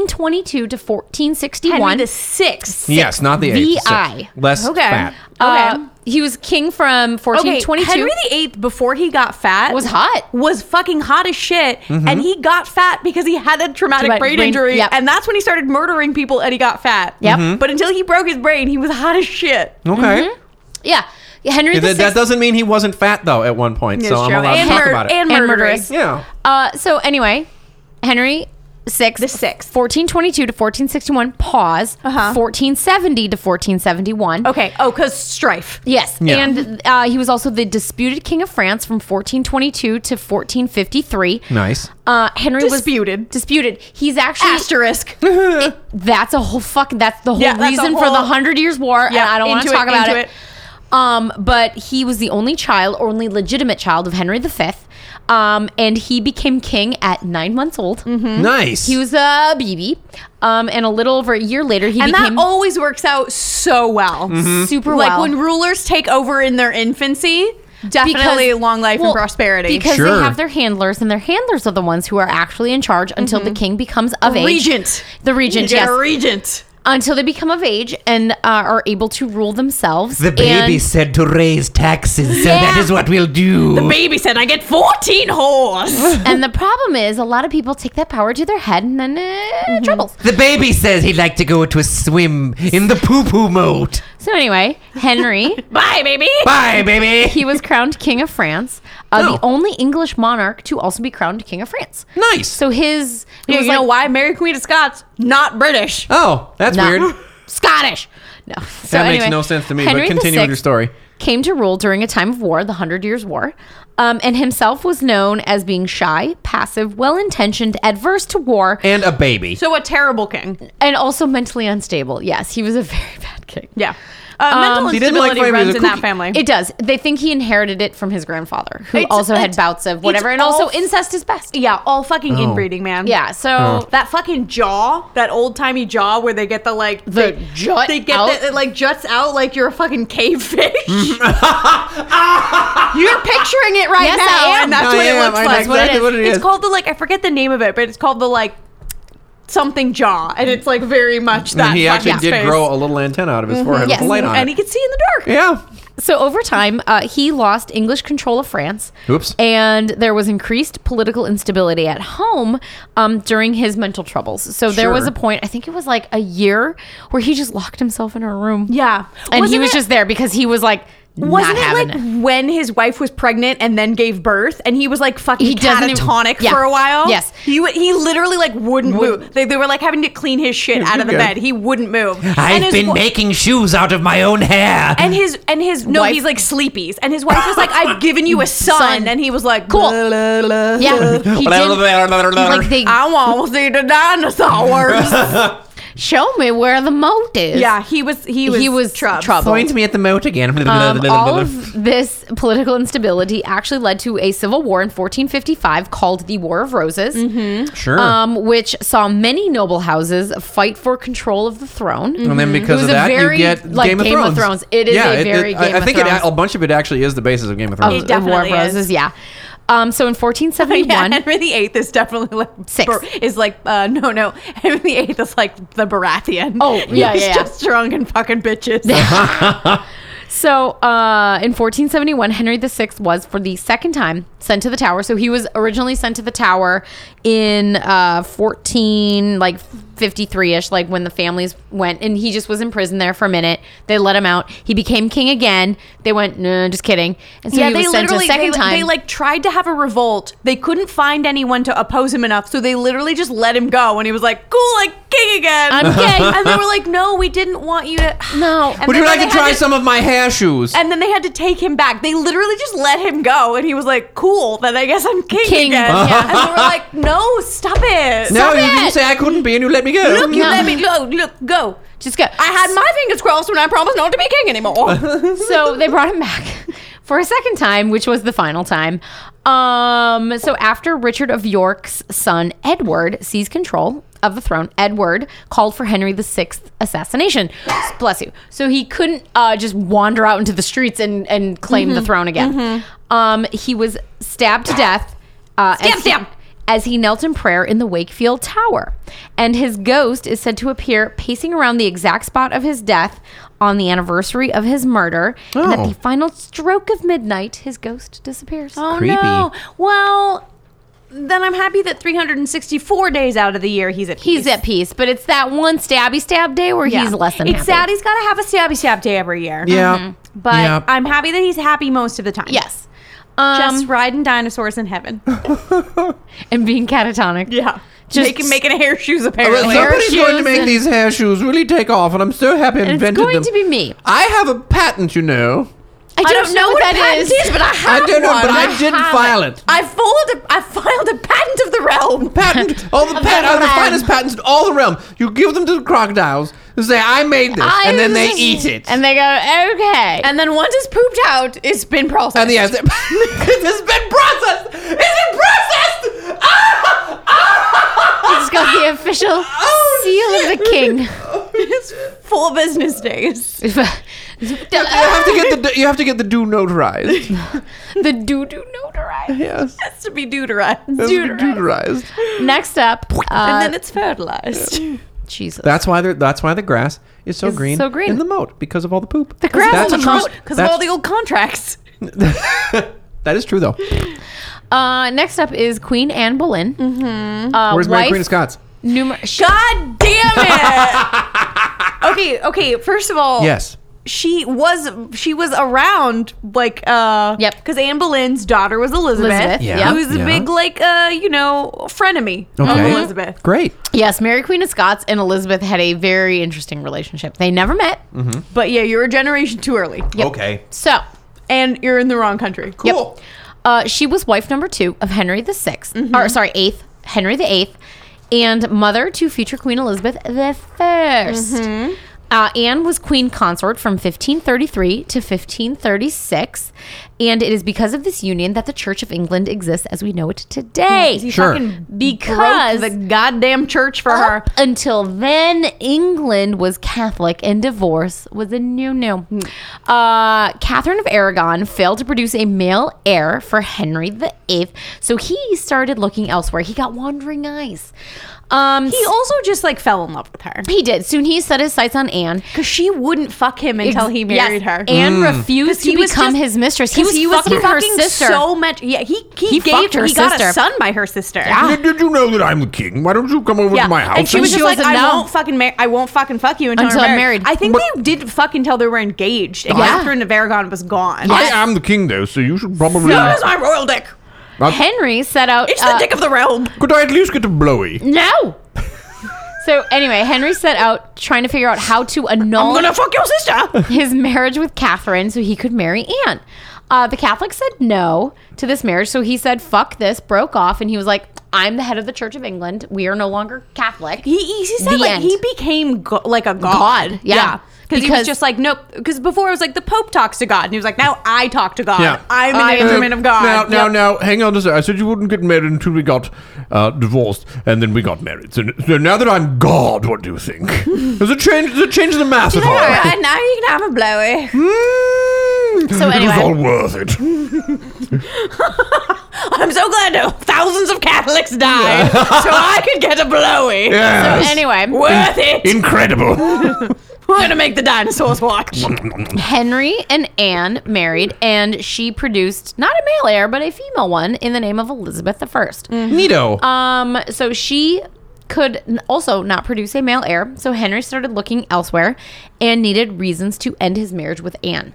E: 1422 to 1461.
C: sixth.
A: Yes, not the eighth. the
E: VI.
A: sixth. Less
C: Okay.
A: fat.
E: Uh,
C: Okay.
E: he was king from
C: Okay,
E: 1422.
C: Henry the Eighth before he got fat
E: Was hot.
C: Was fucking hot as shit,
A: Mm-hmm.
C: and he got fat because he had a traumatic
E: Traumatic
C: brain,
E: brain-
C: injury,
E: yep.
C: and that's when he started murdering people, and he got fat.
E: Yep.
A: Mm-hmm.
E: Mhm.
C: But until he broke his brain, he was hot as shit.
A: Okay.
E: yeah, Henry the
A: That, that
E: Sixth.
A: doesn't mean he wasn't fat though at one point. so
C: It's
A: I'm
C: true.
A: allowed
C: and,
A: to talk
C: mur-
A: about it.
C: and
E: And
C: murderous.
E: murderous.
A: yeah.
E: Uh, so anyway, Henry six,
C: The sixth.
E: 1422 to 1461. Pause.
C: Uh-huh.
E: 1470 to 1471.
C: Okay. Oh, because strife.
E: Yes,
A: Yeah.
E: and uh, he was also the disputed king of France from 1422 to 1453.
A: Nice.
E: Uh, Henry was
C: Disputed.
E: disputed. He's actually
C: Asterisk.
E: that's a whole fucking that's the whole
C: Yeah, that's a
E: reason for
C: whole-
E: the Hundred Years War. and
C: Yeah,
E: I don't want to
C: into it,
E: talk about
C: into
E: it.
C: it.
E: Um, but he was the only child, or only legitimate child of Henry V. Um, and he became king at nine months old.
C: Mm-hmm.
A: Nice.
E: He was a baby. Um, and a little over a year later, he
C: and
E: became
C: that always works out so well.
E: super
C: Like
E: well.
C: when rulers take over in their infancy, definitely long life
E: well,
C: and prosperity.
E: Because
A: Sure.
E: they have their handlers, and their handlers are the ones who are actually in charge until the king becomes of age.
C: Mm-hmm. regent,
E: The regent,
C: You're
E: yes.
C: a regent.
E: until they become of age and uh, are able to rule themselves.
I: The baby
E: And-
I: said to raise taxes, so that
E: Yeah.
I: is what we'll do.
C: Baby said, "I get fourteen whores."
E: and the problem is, a lot of people take that power to their head and then uh,
C: Mm-hmm.
E: troubles.
I: The baby says he'd like to go to a swim in the poo poo moat.
E: So anyway, Henry,
C: Bye, baby.
I: Bye, baby.
E: he was crowned king of France, uh,
A: No.
E: the only English monarch to also be crowned king of France.
A: nice.
E: So his it
C: Yeah,
E: was
C: you know
E: like Uh,
C: why Mary Queen of Scots not British?
A: oh, that's
E: Nah.
A: weird.
E: Scottish. No, so
A: that makes
E: anyway,
A: no sense to me.
E: Henry
A: but continue
E: VI
A: with your story.
E: Came to rule during a time of war, the Hundred Years' War, um, and himself was known as being shy, passive, well-intentioned, adverse to war,
A: And a baby.
C: So a terrible king.
E: and also mentally unstable. Yes, he was a very bad king.
C: Yeah, uh, mental
A: He didn't like
C: instability
A: finding
C: runs
A: the
C: in that
A: cookie-
C: family.
E: um, It does. They think he inherited it from his grandfather, who
C: It's-
E: also had
C: it's-
E: bouts of
C: it's
E: whatever, and
C: all
E: also
C: f-
E: incest is best.
C: yeah, all
A: Oh.
C: fucking inbreeding, man.
E: Yeah. So
A: Uh-huh.
C: That fucking jaw, that old timey jaw where they get the like
E: The
C: they,
E: jut
C: They get
E: out?
C: The, it like juts out like you're a fucking cavefish. you're picturing it right
E: Yes,
C: now,
E: I am.
C: and that's
A: I
C: what
A: am.
C: it looks
A: I know
C: like.
A: exactly what it
C: It's
A: is.
C: called the like I forget the name of it, but it's called the like something jaw, and it's like very much that.
A: And he actually
C: fucking
A: did
C: face.
A: grow a little antenna out of his forehead
E: Yes.
A: with a light on
C: and he
A: it.
C: could see in the dark.
A: yeah.
E: So over time, uh, he lost English control of France.
A: Oops.
E: And there was increased political instability at home um, during his mental troubles. So there was
A: Sure.
E: a point, I think it was like a year, where he just locked himself in a room.
C: Yeah,
E: And he
C: Wasn't
E: was
C: it-
E: just there because he was like,
C: Wasn't
E: not
C: it
E: having
C: like when his wife was pregnant and then gave birth, and he was like fucking
E: He doesn't even-
C: catatonic
E: yeah.
C: for a while?
E: Yes.
C: he wa- he literally like wouldn't move. They, they were like having to clean his shit out of the
A: good.
C: bed. He wouldn't move. and
I: I've
C: his
I: been
C: wa-
I: making shoes out of my own hair.
C: And his and his no,
E: Wife-
C: he's like sleepies, and his wife was like, "I've given you a son,",
E: Son.
C: and he was like,
E: Cool.
C: "Blah, blah, blah."
E: Yeah. He did, like they,
C: I want to see the dinosaurs.
E: show me where the moat is.
C: Yeah, he was he was
E: He was
C: troubled.
E: troubled.
A: Point me at the moat again.
E: Um, all of this political instability actually led to a civil war in 1455 called the War of Roses,
C: Mm-hmm.
A: sure.
E: um, which saw many noble houses fight for control of the throne.
C: Mm-hmm.
A: and then
E: It
A: because
E: was
A: of
E: a
A: that,
E: very,
A: you get
E: like,
A: Game of
E: Game of
A: Thrones.
E: Thrones. It is a very
A: I,
E: Game
A: I
E: of
A: think
E: Thrones. Oh.
A: It, a bunch of it actually is the basis of Game of Thrones.
E: of
C: It
E: War of
C: definitely is. Oh,
E: Roses, yeah. Um, so in 1471,
C: Yeah, Henry VIII is definitely like
E: Six.
C: bur- is like uh, no no Henry VIII is like the Baratheon.
E: Oh, yeah,
C: he's
E: yeah, yeah.
C: just drunk and fucking bitches.
E: So, uh, in 1471, Henry VI was, for the second time, sent to the Tower. So he was originally sent to the Tower in uh, 14, like 53 ish, like when the families went, and he just was in prison there for a minute. They let him out. He became king again. They went, no, just kidding. And so
C: yeah,
E: he
C: they
E: was sent to a
C: literally
E: second
C: they,
E: time.
C: they like tried to have a revolt. They couldn't find anyone to oppose him enough, so they literally just let him go. And he was like, "Cool, like king again."
E: I'm king.
C: and they were like, "No, we didn't want you to."
E: No.
C: And
A: Would you
C: then
A: like
C: they
A: to
C: had
A: try some of my hair shoes?
C: And then they had to take him back. They literally just let him go, and he was like, "Cool, then I guess I'm king,
E: King,
C: again."
E: yeah.
C: And they were like, "No, stop it!
A: no,
C: stop
A: you didn't
C: it!
A: say I couldn't be, and you let me go. Mm-hmm.
C: Look, you
E: No.
C: let me go. Look, go.
E: just go.
C: I had my fingers crossed when I promised not to be king anymore."
E: so they brought him back for a second time, which was the final time. Um, so after Richard of York's son Edward seized control of the throne, Edward called for Henry VI's assassination. Bless you. So he couldn't uh, just wander out into the streets and and claim the throne again. Um, he was stabbed to death. Uh,
C: Stab,
E: as he-
C: stab.
E: as he knelt in prayer in the Wakefield Tower. And his ghost is said to appear pacing around the exact spot of his death on the anniversary of his murder. And
A: Oh.
E: at the final stroke of midnight, his ghost disappears.
C: Oh
A: Creepy.
C: no! Well, then I'm happy that 364 days out of the year he's at peace.
E: He's at peace, but it's that one stabby stab day where
C: Yeah.
E: he's less than
C: It's
E: happy.
C: sad he's got to have a stabby stab day every year.
A: yeah,
E: Mm-hmm.
C: But
A: Yeah.
C: I'm happy that he's happy most of the time.
E: Yes. Um,
C: Just riding dinosaurs in heaven.
E: and being catatonic.
C: Yeah.
E: Just-
C: making, making hair shoes
A: Well,
C: apparently.
E: hair
A: somebody's going to
E: shoes
A: make
E: and-
A: these hair shoes really take off, and I'm so happy I
E: And it's
A: invented
E: going
A: them.
E: to be me.
A: I have a patent, you know.
E: I don't, know what,
C: a
E: that
C: patent
E: is.
C: but I have
A: I don't know,
C: one.
A: but I
E: I
A: didn't
E: have
A: file it.
C: I filed a, I filed a patent of the realm.
A: Patent, all the pat, are the finest patents in all the realm. You give them to the crocodiles and say, "I made this," and then they eat it.
E: And they go, okay.
C: And then once it's pooped out, it's been processed.
A: And yes, it has been processed. It's been processed. Ah! Ah!
E: it's got the official
A: Oh,
E: seal of the king.
C: it's full business days.
A: You have to get the you have to get the do notarized.
E: the doo doo notarized.
A: Yes,
C: It has to be deuterized.
A: It has been notarized.
E: Next up, uh,
C: and then it's fertilized.
E: Jesus.
A: That's why the that's why the grass is so
E: It's
A: green.
E: so green.
A: in the moat because of all the poop.
E: The grass
A: That's
E: on the
A: true-
E: moat,
C: Because of all the
A: that's-
C: old contracts.
A: That is true though.
E: uh, next up is Queen Anne Boleyn. Mm-hmm. Uh,
A: Where's Mary
E: wife,
A: Queen of Scots?
E: numer- sh-
C: God damn it! okay, okay. First of all,
A: Yes.
C: she was she was around like uh
E: Yep.
C: because Anne Boleyn's daughter was Elizabeth,
E: Elizabeth,
A: Yeah.
C: who was a
A: yeah.
C: big like uh you know frenemy
A: Okay.
C: of Elizabeth.
A: Great.
E: yes, Mary Queen of Scots and Elizabeth had a very interesting relationship. They never met.
C: But yeah, you're a generation too early,
A: Okay.
E: So,
C: and you're in the wrong country.
E: yep. Uh, she was wife number two of Henry the 6th or sorry, eighth Henry the eighth, and mother to future Queen Elizabeth the 1st Uh, Anne was queen consort from 1533 to 1536, and it is because of this union that the Church of England exists as we know it today.
A: Sure.
E: Because
C: Broke the goddamn church for her.
E: up until then, England was Catholic and divorce was a no no. Uh, Catherine of Aragon failed to produce a male heir for Henry VIII, so he started looking elsewhere. He got wandering eyes. Um,
C: He also just like fell in love with her
E: he did. Soon he set his sights on Anne.
C: because she wouldn't fuck him until he married her.
E: Anne refused to
C: he was
E: become
C: just-
E: his mistress. He was,
C: he
E: fucking, her sister.
C: so much. Yeah, he he,
E: He
C: gave
E: fucked her
C: he got
E: sister.
C: a son by her sister.
E: Ah.
J: Did, did you know that I'm the king? Why don't you come over to my house?
C: And she
E: And
C: was
E: she
C: just like,
E: wasn't
C: I
E: down.
C: won't fucking, mar- I won't fucking fuck you until,
E: Until
C: I'm
E: I'm
C: married.
E: married.
C: I think they did fuck until they were engaged. And
E: Yeah.
C: Catherine of Aragon was gone.
J: I am the king, though, so you should probably.
C: So is my royal dick.
E: Henry set out.
C: It's
E: uh,
C: the dick of the realm.
J: Could I at least get a blowy?
E: No. so anyway, Henry set out trying to figure out how to
C: I'm
E: annul
C: gonna fuck your sister.
E: his marriage with Catherine so he could marry Anne. Uh, the Catholic said no to this marriage, so he said, fuck this, broke off, and he was like, I'm the head of the Church of England. We are no longer Catholic.
C: He, he he said
E: The
C: like
E: end.
C: he became go- like a god.
E: God, yeah.
C: Because he was
E: Because-
C: just like, nope. Because before it was like the Pope talks to God, and he was like, now I talk to God.
K: Yeah.
C: I'm an instrument of God.
K: Now, now,
C: Yep.
K: now, hang on a second. I said you wouldn't get married until we got uh, divorced, and then we got married. So, so now that I'm God, what do you think? Does it change? Does it change the math at all?
C: Alright, now you can have a blowy. So
K: Mm. it was all
C: anyway,
K: worth it.
C: I'm so glad no, thousands of Catholics died, so I could get a blowy.
K: Yes.
C: So
E: Anyway,
C: worth it.
K: Incredible.
C: We're gonna make the dinosaurs walk.
E: Henry and Anne married, and she produced not a male heir, but a female one in the name of Elizabeth I.
C: Mm-hmm.
A: Nito.
C: Uh,
E: Um, so she could n- also not produce a male heir, so Henry started looking elsewhere and needed reasons to end his marriage with Anne.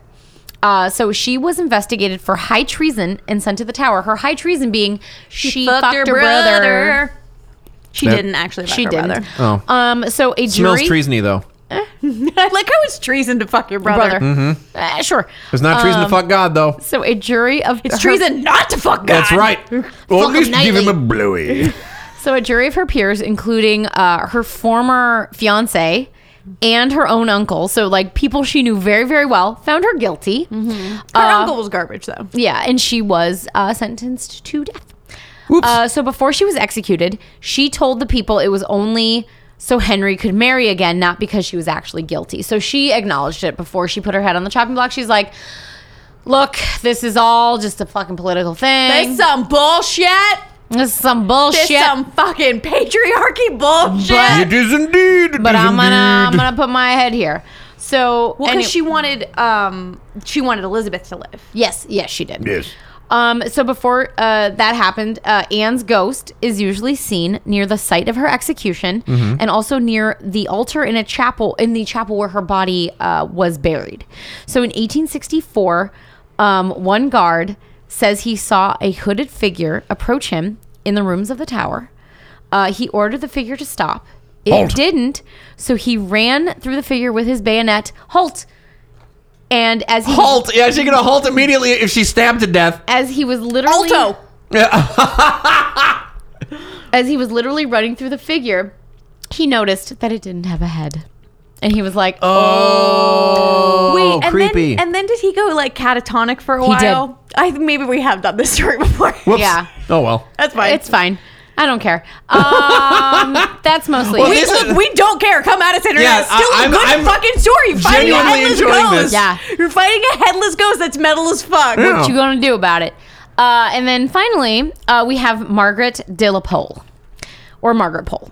E: Uh, so she was investigated for high treason and sent to the tower. Her high treason being she, fucked, her brother.
C: She
A: That-
C: didn't actually. Fuck
E: She
C: her
E: didn't.
C: Brother.
A: Oh.
E: Um, so a
A: Smells
E: jury
A: treasony though.
C: I like how it's treason to fuck your brother.
E: brother. Uh, sure.
A: Mm-hmm. It's not treason
E: Um,
A: to fuck God though.
E: So a jury of
C: It's
E: her-
C: treason not to fuck God.
K: That's right. Or at
E: Fuck 'em
K: least give him
E: nightly.
K: a blowy.
E: So a jury of her peers, including uh, her former fiance and her own uncle, so like people she knew very very well, found her guilty.
C: Her
E: Uh,
C: uncle was garbage though.
E: Yeah, and she was uh, sentenced to death.
C: Um,
E: Uh, so before she was executed, she told the people it was only so Henry could marry again, not because she was actually guilty. So she acknowledged it before she put her head on the chopping block. She's like, "Look, this is all just a fucking political thing.
C: That's some bullshit.
E: This is some
C: This
E: bullshit."
C: some fucking patriarchy bullshit.
K: it is indeed. It
E: Uh, but
K: is
E: I'm gonna um, I'm
K: indeed.
E: gonna put my head here. So
C: Well,
E: any-
C: because she wanted, um, she wanted Elizabeth to live.
E: yes yes she did
K: Yes.
E: um so before uh, that happened uh, Anne's ghost is usually seen near the site of her execution and also near the altar in a chapel in the chapel where her body uh, was buried so in 1864 um, one guard says he saw a hooded figure approach him in the rooms of the tower uh, he ordered the figure to stop it
K: Halt.
E: didn't so he ran through the figure with his bayonet halt and as he
A: Halt! Yeah, she could have halt immediately if she stabbed to death.
E: as he was literally
C: Alto.
E: as he was literally running through the figure, he noticed that it didn't have a head. And he was like, "Oh,
A: Oh,
C: Wait, and
A: creepy.
C: then and then did he go like catatonic for a
E: He did.
C: while? I maybe we have done this story before.
E: yeah,
A: oh well.
C: That's fine.
E: it's fine. I don't care. Um, that's mostly
A: Well,
E: it.
C: we,
A: this
C: look,
A: is-
C: we don't care. Come at us, internet.
A: Yeah,
C: it's still
A: I-
C: a
A: I'm-
C: good
A: I'm
C: fucking story. You're fighting a
A: genuinely
C: headless
A: enjoying
C: ghost.
A: this.
E: Yeah.
C: You're fighting a headless ghost that's metal as fuck.
K: Yeah.
E: what you gonna do about it? Uh, and then finally, uh, we have Margaret de la Pole, or Margaret Pole.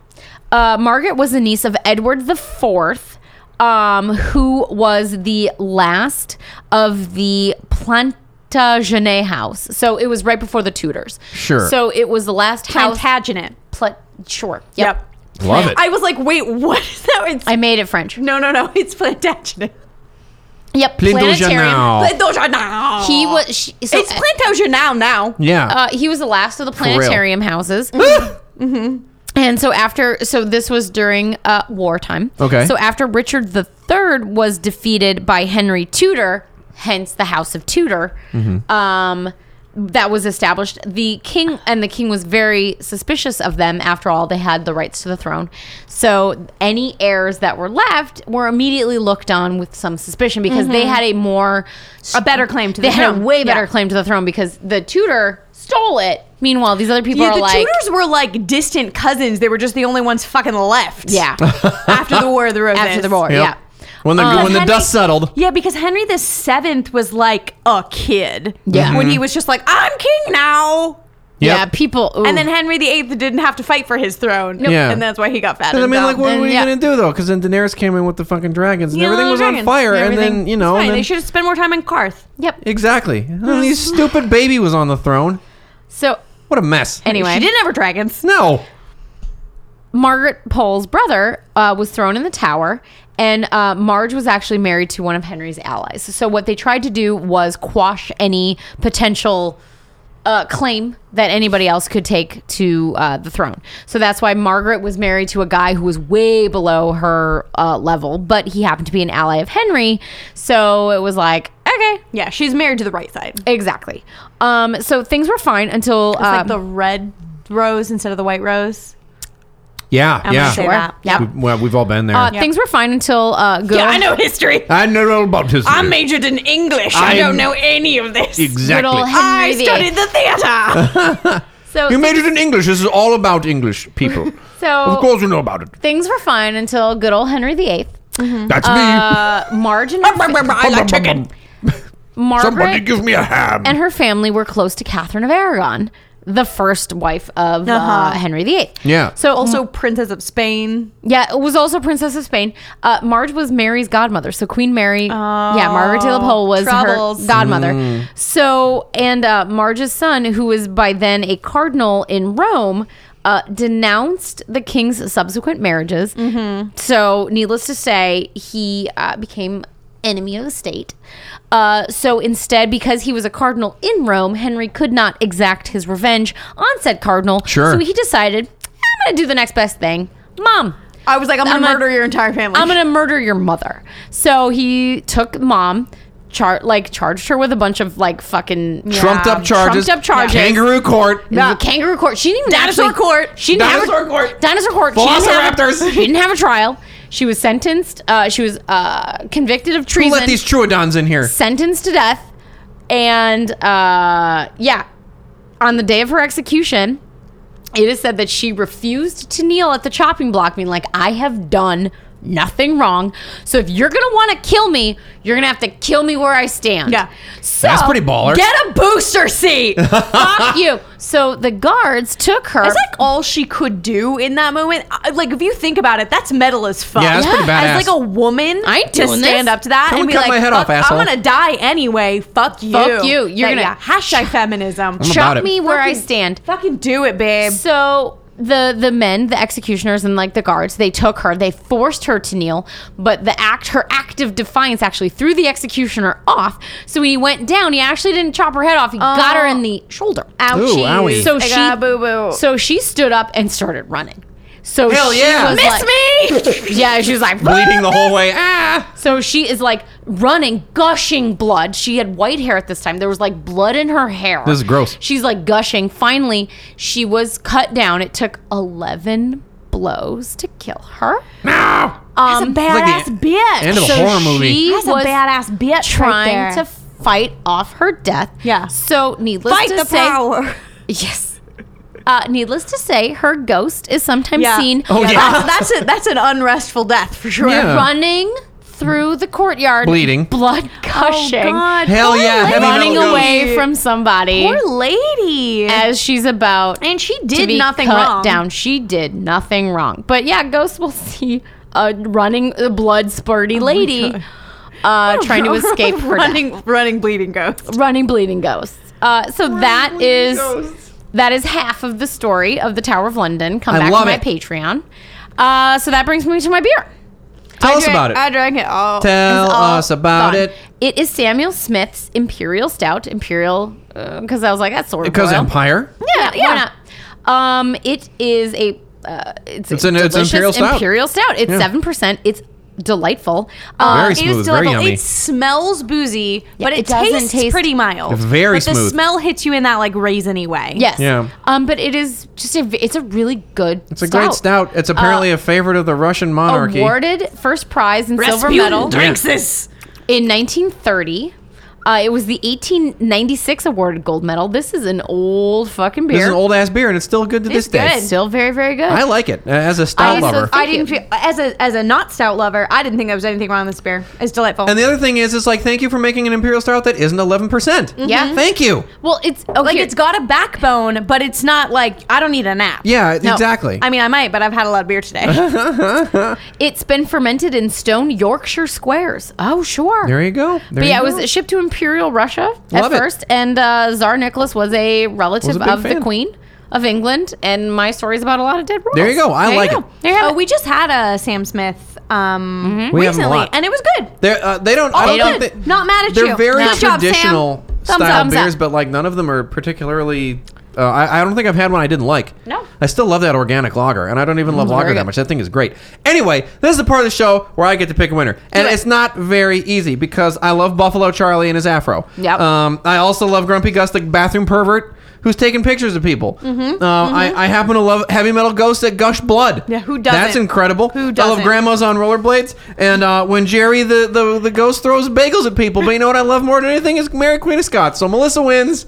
E: Uh, Margaret was the niece of Edward the Fourth, um, who was the last of the Plantagenet house. So it was right before the Tudors.
A: Sure.
E: So it was the last house.
C: Plantagenet.
E: Pla- sure. Yep.
C: Yep.
A: Love it.
C: I was like, wait, what is that? It's,
E: I made it French.
C: no, no, no. It's Plantagenet.
E: Yep.
A: Plantagenet. Oh.
C: Plantagenet.
E: He was. She, so,
C: it's Plantagenet now. Now.
A: yeah.
E: Uh, he was the last of the
A: real. Mm-hmm.
E: planetarium houses. And so after, so this was during uh, wartime.
A: Okay.
E: So after Richard the Third was defeated by Henry Tudor, hence the House of Tudor,
A: Mm-hmm.
E: um, that was established. The king and the king was very suspicious of them. After all, they had the rights to the throne, so any heirs that were left were immediately looked on with some suspicion because they had a more
C: Mm-hmm. A better claim to the
E: they had
C: throne.
E: a way better
C: Yeah.
E: claim to the throne because the Tudor stole it. Meanwhile, these other people
C: Yeah,
E: are
C: the
E: like,
C: Tudors were like distant cousins. They were just the only ones fucking left.
E: yeah,
C: After the War of the Roses.
E: after the war,
A: Yep.
E: yeah,
A: when the
E: uh,
A: when the
C: Henry-
A: dust settled.
C: Yeah, because Henry the Seventh was like a kid.
E: Yeah.
C: When
A: Mm-hmm.
C: he was just like, I'm king now.
E: yeah. People, ooh.
C: And then Henry the Eighth didn't have to fight for his throne.
A: Yeah.
C: And that's why he got fat.
A: I
C: and
A: mean,
C: dumb.
A: like, what
E: Then,
A: were you
E: yeah.
A: gonna do though? Because then Daenerys came in with the fucking dragons, and
C: Yeah,
A: everything was on
C: dragons.
A: fire, and
C: Everything.
A: then you know, and
C: It's fine.
A: then,
C: they should have spent more time in Carth.
E: yep.
A: exactly. And then these stupid baby was on the throne.
E: So
A: What a mess.
E: anyway,
C: She didn't have her dragons.
A: No.
E: Margaret Pole's brother uh, was thrown in the tower, and uh, Marge was actually married to one of Henry's allies. So what they tried to do was quash any potential uh, claim that anybody else could take to uh, the throne. So that's why Margaret was married to a guy who was way below her uh, level, but he happened to be an ally of Henry. So it was like, okay,
C: Yeah, she's married to the right side. It's
E: exactly. Um, so things were fine until
C: like
E: um,
C: the red rose instead of the white rose.
K: Yeah,
C: I'm
K: yeah.
C: gonna say that. Yep.
K: We- well, we've all been there.
E: Uh, Things were fine until uh, Gil.
K: Yeah, I know
E: history.
K: I know all about history.
E: I majored in English.
K: I I'm- don't know
E: any of this.
K: Exactly. Little
C: I studied the theater.
E: So
K: you majored in English. This is all about English people.
E: So-
K: of course, we know about it.
E: Things were fine until good old Henry VIII.
K: That's me.
E: uh, me. Marge and I like chicken. Margaret
K: Somebody give me a ham.
E: and her family were close to Catherine of Aragon, the first wife of uh
C: Uh-huh.
E: Henry VIII.
K: Yeah.
E: So
C: also
E: Mm.
C: Princess of Spain.
E: Yeah, it was also Princess of Spain. Uh, Marge was Mary's godmother, so Queen Mary. yeah, Margaret de la Pole was
C: troubles.
E: her godmother.
C: Mm.
E: So, and uh, Marge's son, who was by then a cardinal in Rome, uh, denounced the king's subsequent marriages. So, needless to say, he uh, became enemy of the state. Uh, so instead, because he was a cardinal in Rome, Henry could not exact his revenge on said cardinal.
K: Sure.
E: So he decided, I'm going to do the next best thing. Mom.
C: I was like, I'm gonna murder your entire family.
E: I'm gonna murder your mother. So he took mom, char- like charged her with a bunch of like fucking
K: Trumped up charges.
E: trumped up charges,
K: Kangaroo court.
E: It was a kangaroo court. She didn't even
D: Dinosaur
E: actually-
D: court.
E: She didn't have
D: Dinosaur
E: a,
D: court.
E: Dinosaur court. She didn't have a-
D: Velociraptors.
E: She didn't have a trial. She was sentenced. Uh, she was uh, convicted of
A: Who
E: treason.
A: let these Truodons in here?
E: sentenced to death, and uh, yeah, on the day of her execution, it is said that she refused to kneel at the chopping block, being like, "I have done nothing wrong. So if you're gonna want to kill me, you're gonna have to kill me where I stand." Yeah, so
K: That's pretty baller.
E: Get a booster seat. Fuck you. So the guards took her.
C: That's like all she could do in that moment. I- Like if you think about it, that's metal as fuck.
E: Yeah, that's pretty badass.
C: As like a woman,
E: I ain't
C: to
E: doing
C: stand
E: this.
C: up to that
E: Someone
C: and be
E: cut
C: like,
E: my head off,
C: "Fuck,
E: asshole."
C: I'm gonna die anyway. Fuck you.
E: Fuck you. You're
C: But
E: gonna-
C: yeah, hashtag feminism.
E: I'm Chop about it. me where I stand.
C: Fucking do it, babe.
E: So the the men, the executioners, and like the guards, they took her. They forced her to kneel, but the act, her act of defiance, actually threw the executioner off. So when he went down, he actually didn't chop her head off. He got her in the shoulder.
C: Ouchie. owie. Oh.
E: So
C: I
E: she
C: got boo boo.
E: So she stood up and started running. So
C: Hell
E: she
C: yeah.
E: was
C: Miss
E: like-
C: me!
E: yeah, she was like
A: Bleeding the whole way.
E: Ah! So she is like running, gushing blood. She had white hair at this time. There was like blood in her hair.
K: This is gross.
E: She's like gushing. Finally, she was cut down. It took 11 blows to kill her. No! Um,
C: That's a badass bitch.
E: end of a So horror movie. she
C: That's
E: was
C: a badass bitch. right
E: trying
C: there.
E: to fight off her death. Yeah. So needless
C: Fight
E: to
C: the
E: say,
C: power.
E: yes. Uh, needless to say, her ghost is sometimes
C: Yeah.
E: seen. uh,
C: Oh, Yeah, yeah. that's- that's a- that's an unrestful death for sure. Yeah.
E: Running through the courtyard,
A: Bleeding.
E: blood gushing.
C: Oh, God.
A: Hell Poor yeah, heavy
E: running
A: metal
E: away
A: ghost.
E: from somebody.
C: Poor lady.
E: As she's about,
C: and she
E: to
C: did
E: be
C: nothing
E: cut
C: wrong.
E: Down, she did nothing wrong. But yeah, ghosts will see a running, uh, blood spurty lady uh, trying to escape her death
C: Oh running, running, bleeding ghost.
E: running bleeding ghosts. Uh, so that is that is half of the story of the Tower of London. Come
A: I
E: back
A: love
E: to my
A: it.
E: Patreon. Uh, so that brings me to my beer.
A: Tell us about it.
E: I drank it all.
A: Tell
E: It's all
A: us about it.
E: It is Samuel Smith's Imperial Stout. Imperial, because I was like, that's sort of
A: Because
E: royal.
A: Empire.
E: Yeah, yeah. Um, it is a uh, it's,
A: It's
E: a
A: an- it's an
E: delicious
A: imperial stout.
E: imperial stout. It's
A: Yeah.
E: seven percent. It's delightful. Uh,
A: Very smooth, very yummy.
C: It smells boozy, but
E: it
C: it,
E: doesn't
C: tastes
E: taste-
C: pretty mild.
A: Very
C: but The
A: smooth.
C: smell hits you in that like raisiny way.
E: Yes.
A: Yeah.
E: Um, but it is just a. v- It's a really good.
A: It's a great stout. It's apparently
E: Uh,
A: a favorite of the Russian monarchy.
E: awarded first prize and silver
A: Rasputin
E: medal.
A: drinks Yeah.
C: this
E: in 1930. Uh, it was the 1896 awarded gold medal. This is an old fucking beer.
A: This is an old ass beer, and it's still good to this day.
E: Still very very good.
A: I like it uh, as a stout lover.
C: I didn't feel as a as a not stout lover. I didn't think there was anything wrong with this beer. It's delightful.
A: and the other thing is, it's like thank you for making an imperial stout that isn't eleven percent.
E: Mm-hmm.
C: Yeah.
A: Thank you.
E: Well, it's oh,
C: like it's got a backbone, but it's not like I don't need a nap.
A: Yeah, exactly.
C: I mean, I might, but I've had a lot of beer today.
E: It's been fermented in stone Yorkshire squares. Oh, sure.
A: There you go. There
E: but yeah,
A: you
E: it was shipped to Imperial Russia
A: Love
E: at
A: it.
E: first, and uh, Tsar Nicholas was a
A: Was
E: relative
A: a big
E: of the
A: fan.
E: Queen of England. And my story's about a lot of dead royals.
A: There you go. I like
E: you
A: it.
E: go.
C: oh, we just had a Sam Smith um,
A: Mm-hmm. We have 'em a
C: recently,
A: lot.
C: and it was good.
A: They're, uh, they don't.
C: All
A: I don't
C: good.
A: think they,
C: Oh, Not mad at
A: they're
C: you.
A: very
C: Good job,
A: traditional
C: Sam. Thumbs
A: style
C: up.
A: beers, but like none of them are particularly. Uh, I, I don't think I've had one I didn't like. No. I still love that organic lager, and I don't even love
K: Mm,
A: lager
K: very
A: that
K: good.
A: much. That thing is great. Anyway, this is the part of the show where I get to pick a winner, and it's not very easy because I love Buffalo Charlie and his afro.
K: Yep.
A: Um, I also love Grumpy Gus, the bathroom pervert. who's taking pictures of people.
C: Mhm,
A: Uh, I, I happen to love heavy metal ghosts that gush blood. Yeah,
C: who doesn't?
A: That's incredible. Who does I love
C: doesn't?
A: grandmas on rollerblades, and uh, when Jerry the, the the ghost throws bagels at people. But you know what I love more than anything is Mary Queen of Scots. So Melissa wins.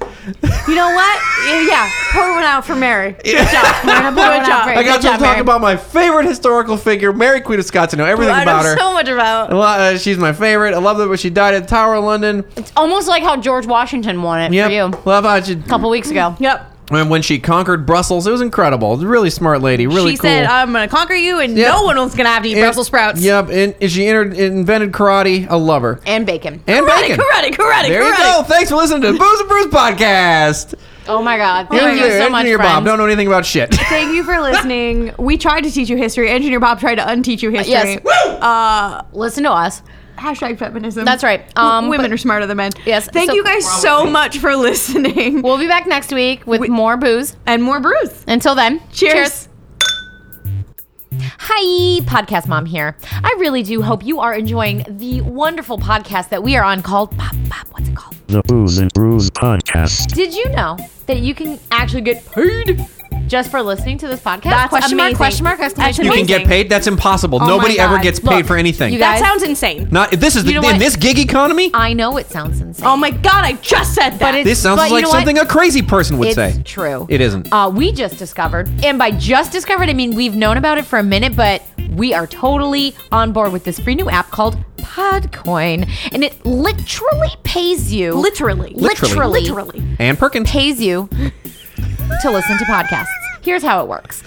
C: You know what? Yeah, yeah, pour one out for Mary. Good job. Good job.
A: I got to talk about my favorite historical figure, Mary Queen of Scots. I know everything
C: I know
A: about her.
C: so much about.
A: I lo- uh, she's my favorite. I love that when she died at the Tower of London.
E: It's almost like how George Washington won it
A: Yep.
E: for you
A: Love how she
E: a couple weeks ago.
C: Yep.
A: And when she conquered Brussels, it was incredible. It was a really smart lady, really
C: she
A: cool.
C: said, "I'm gonna conquer you, and
A: Yeah.
C: no one was gonna have to eat
A: And-
C: Brussels sprouts."
A: Yep, and, and she entered, invented karate. I love her.
E: And bacon.
A: And
C: Karate,
A: bacon.
C: karate, karate,
A: There you
C: karate.
A: go. Thanks for listening to the Booze and Brews podcast.
E: Oh my God.
A: Yeah,
E: Thank you
A: yeah,
E: so much,
A: Engineer Bob.
E: friend.
A: Don't know anything about shit.
C: Thank you for listening. we tried to teach you history. Engineer Bob tried to unteach you history.
E: yes.
C: Uh,
E: Listen to us.
C: Hashtag feminism.
E: That's right.
C: Um,
E: Um,
C: women
E: but-
C: are smarter than men.
E: Yes.
C: Thank
E: so-
C: you guys so much for listening.
E: We'll be back next week with more booze
C: and more brews.
E: Until then,
C: Cheers.
E: Hi, Podcast Mom here. I really do hope you are enjoying the wonderful podcast that we are on called Pop Pop. What's it called?
L: The Booze and Brews Podcast.
E: Did you know that you can actually get paid just for listening to this podcast?
C: That's
E: question
C: amazing.
E: mark, question mark, exclamation
A: you
E: point.
A: can get paid? That's impossible.
E: Oh my
A: Nobody ever
E: God.
A: gets paid
E: Look,
A: for anything.
E: you guys-
C: That sounds insane.
A: Not this is
E: You know
A: the, in
E: what?
A: this gig economy.
E: I know it sounds insane.
C: Oh my god, I just said that.
A: This sounds
E: but you
A: like
E: know what?
A: something a crazy person would
E: It's
A: say.
E: true.
A: It isn't.
E: Uh, we just discovered, and by just discovered, I mean we've known about it for a minute, but we are totally on board with this free new app called Podcoin, and it literally pays you
C: Literally.
E: literally,
C: Literally.
A: And Perkins
E: pays you to listen to podcasts. Here's how it works.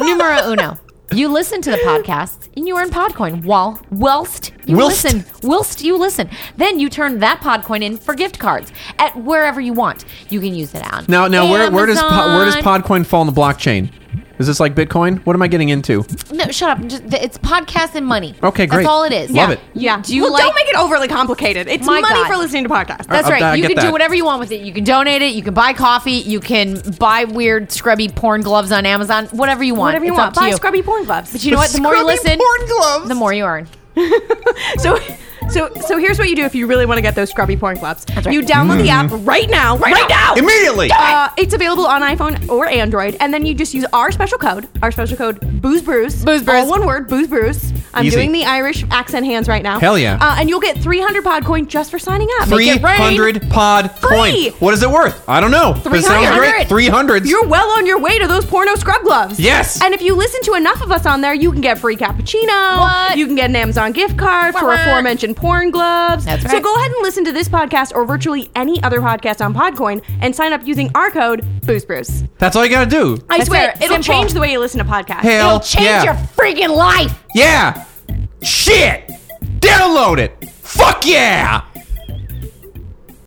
E: Numero uno. You listen to the podcasts and you earn Podcoin while whilst you
M: Whilst.
E: listen. Whilst you listen. Then you turn that Podcoin in for gift cards at wherever you want. You can use it on.
A: Now, now, where, where does po- where does
E: Amazon.
A: Podcoin fall in the blockchain? Is this like Bitcoin? What am I getting into?
E: No, shut up. Just, it's podcast and money.
A: Okay, great.
E: That's all it is.
A: Love it.
E: Yeah. Do you
C: well,
E: like-
C: don't make it overly complicated. It's
E: My
C: money
E: God.
C: for listening to podcasts.
A: I-
E: That's
A: I-
E: right.
A: I
E: you
A: get
E: can
A: that.
E: do whatever you want with it. You can donate it. You can buy coffee. You can buy weird scrubby porn gloves on Amazon. Whatever you want.
C: Whatever you
E: It's
C: want.
E: Up to
C: Buy
E: you.
C: scrubby porn gloves.
E: But you know what? The more you listen, the more you earn.
C: so so so here's what you do if you really want to get those scrubby porn gloves. You download the app
E: Mhm.
C: right now, right, now.
A: Immediately. Do it.
C: Uh, it's available on iPhone or Android and then you just use our special code, our special code booze brews. Booze brews. All one word, booze brews. I'm
A: Easy.
C: doing the Irish accent hands right now.
A: Hell yeah.
C: Uh, and you'll get 300 Podcoin just for signing up. Make
A: Three
C: it rain.
A: hundred pod
C: Free.
A: coin. What is it worth? I don't know. But it sounds great. Three hundreds.
C: You're well on your way to those porno scrub gloves.
A: Yes.
C: And if you listen to enough of us on there, you can get free cappuccino. You can get an Amazon gift card for
E: What?
C: aforementioned porn gloves.
E: That's
C: So
E: right.
C: go ahead and listen to this podcast or virtually any other podcast on Podcoin and sign up using our code BoostBruce.
A: That's all you gotta do.
C: I
E: That's
C: swear,
E: right.
C: it'll
E: Simple.
C: change the way you listen to podcasts.
A: Hell It'll change yeah. your
E: freaking life.
A: Yeah. Shit. Download it. Fuck yeah.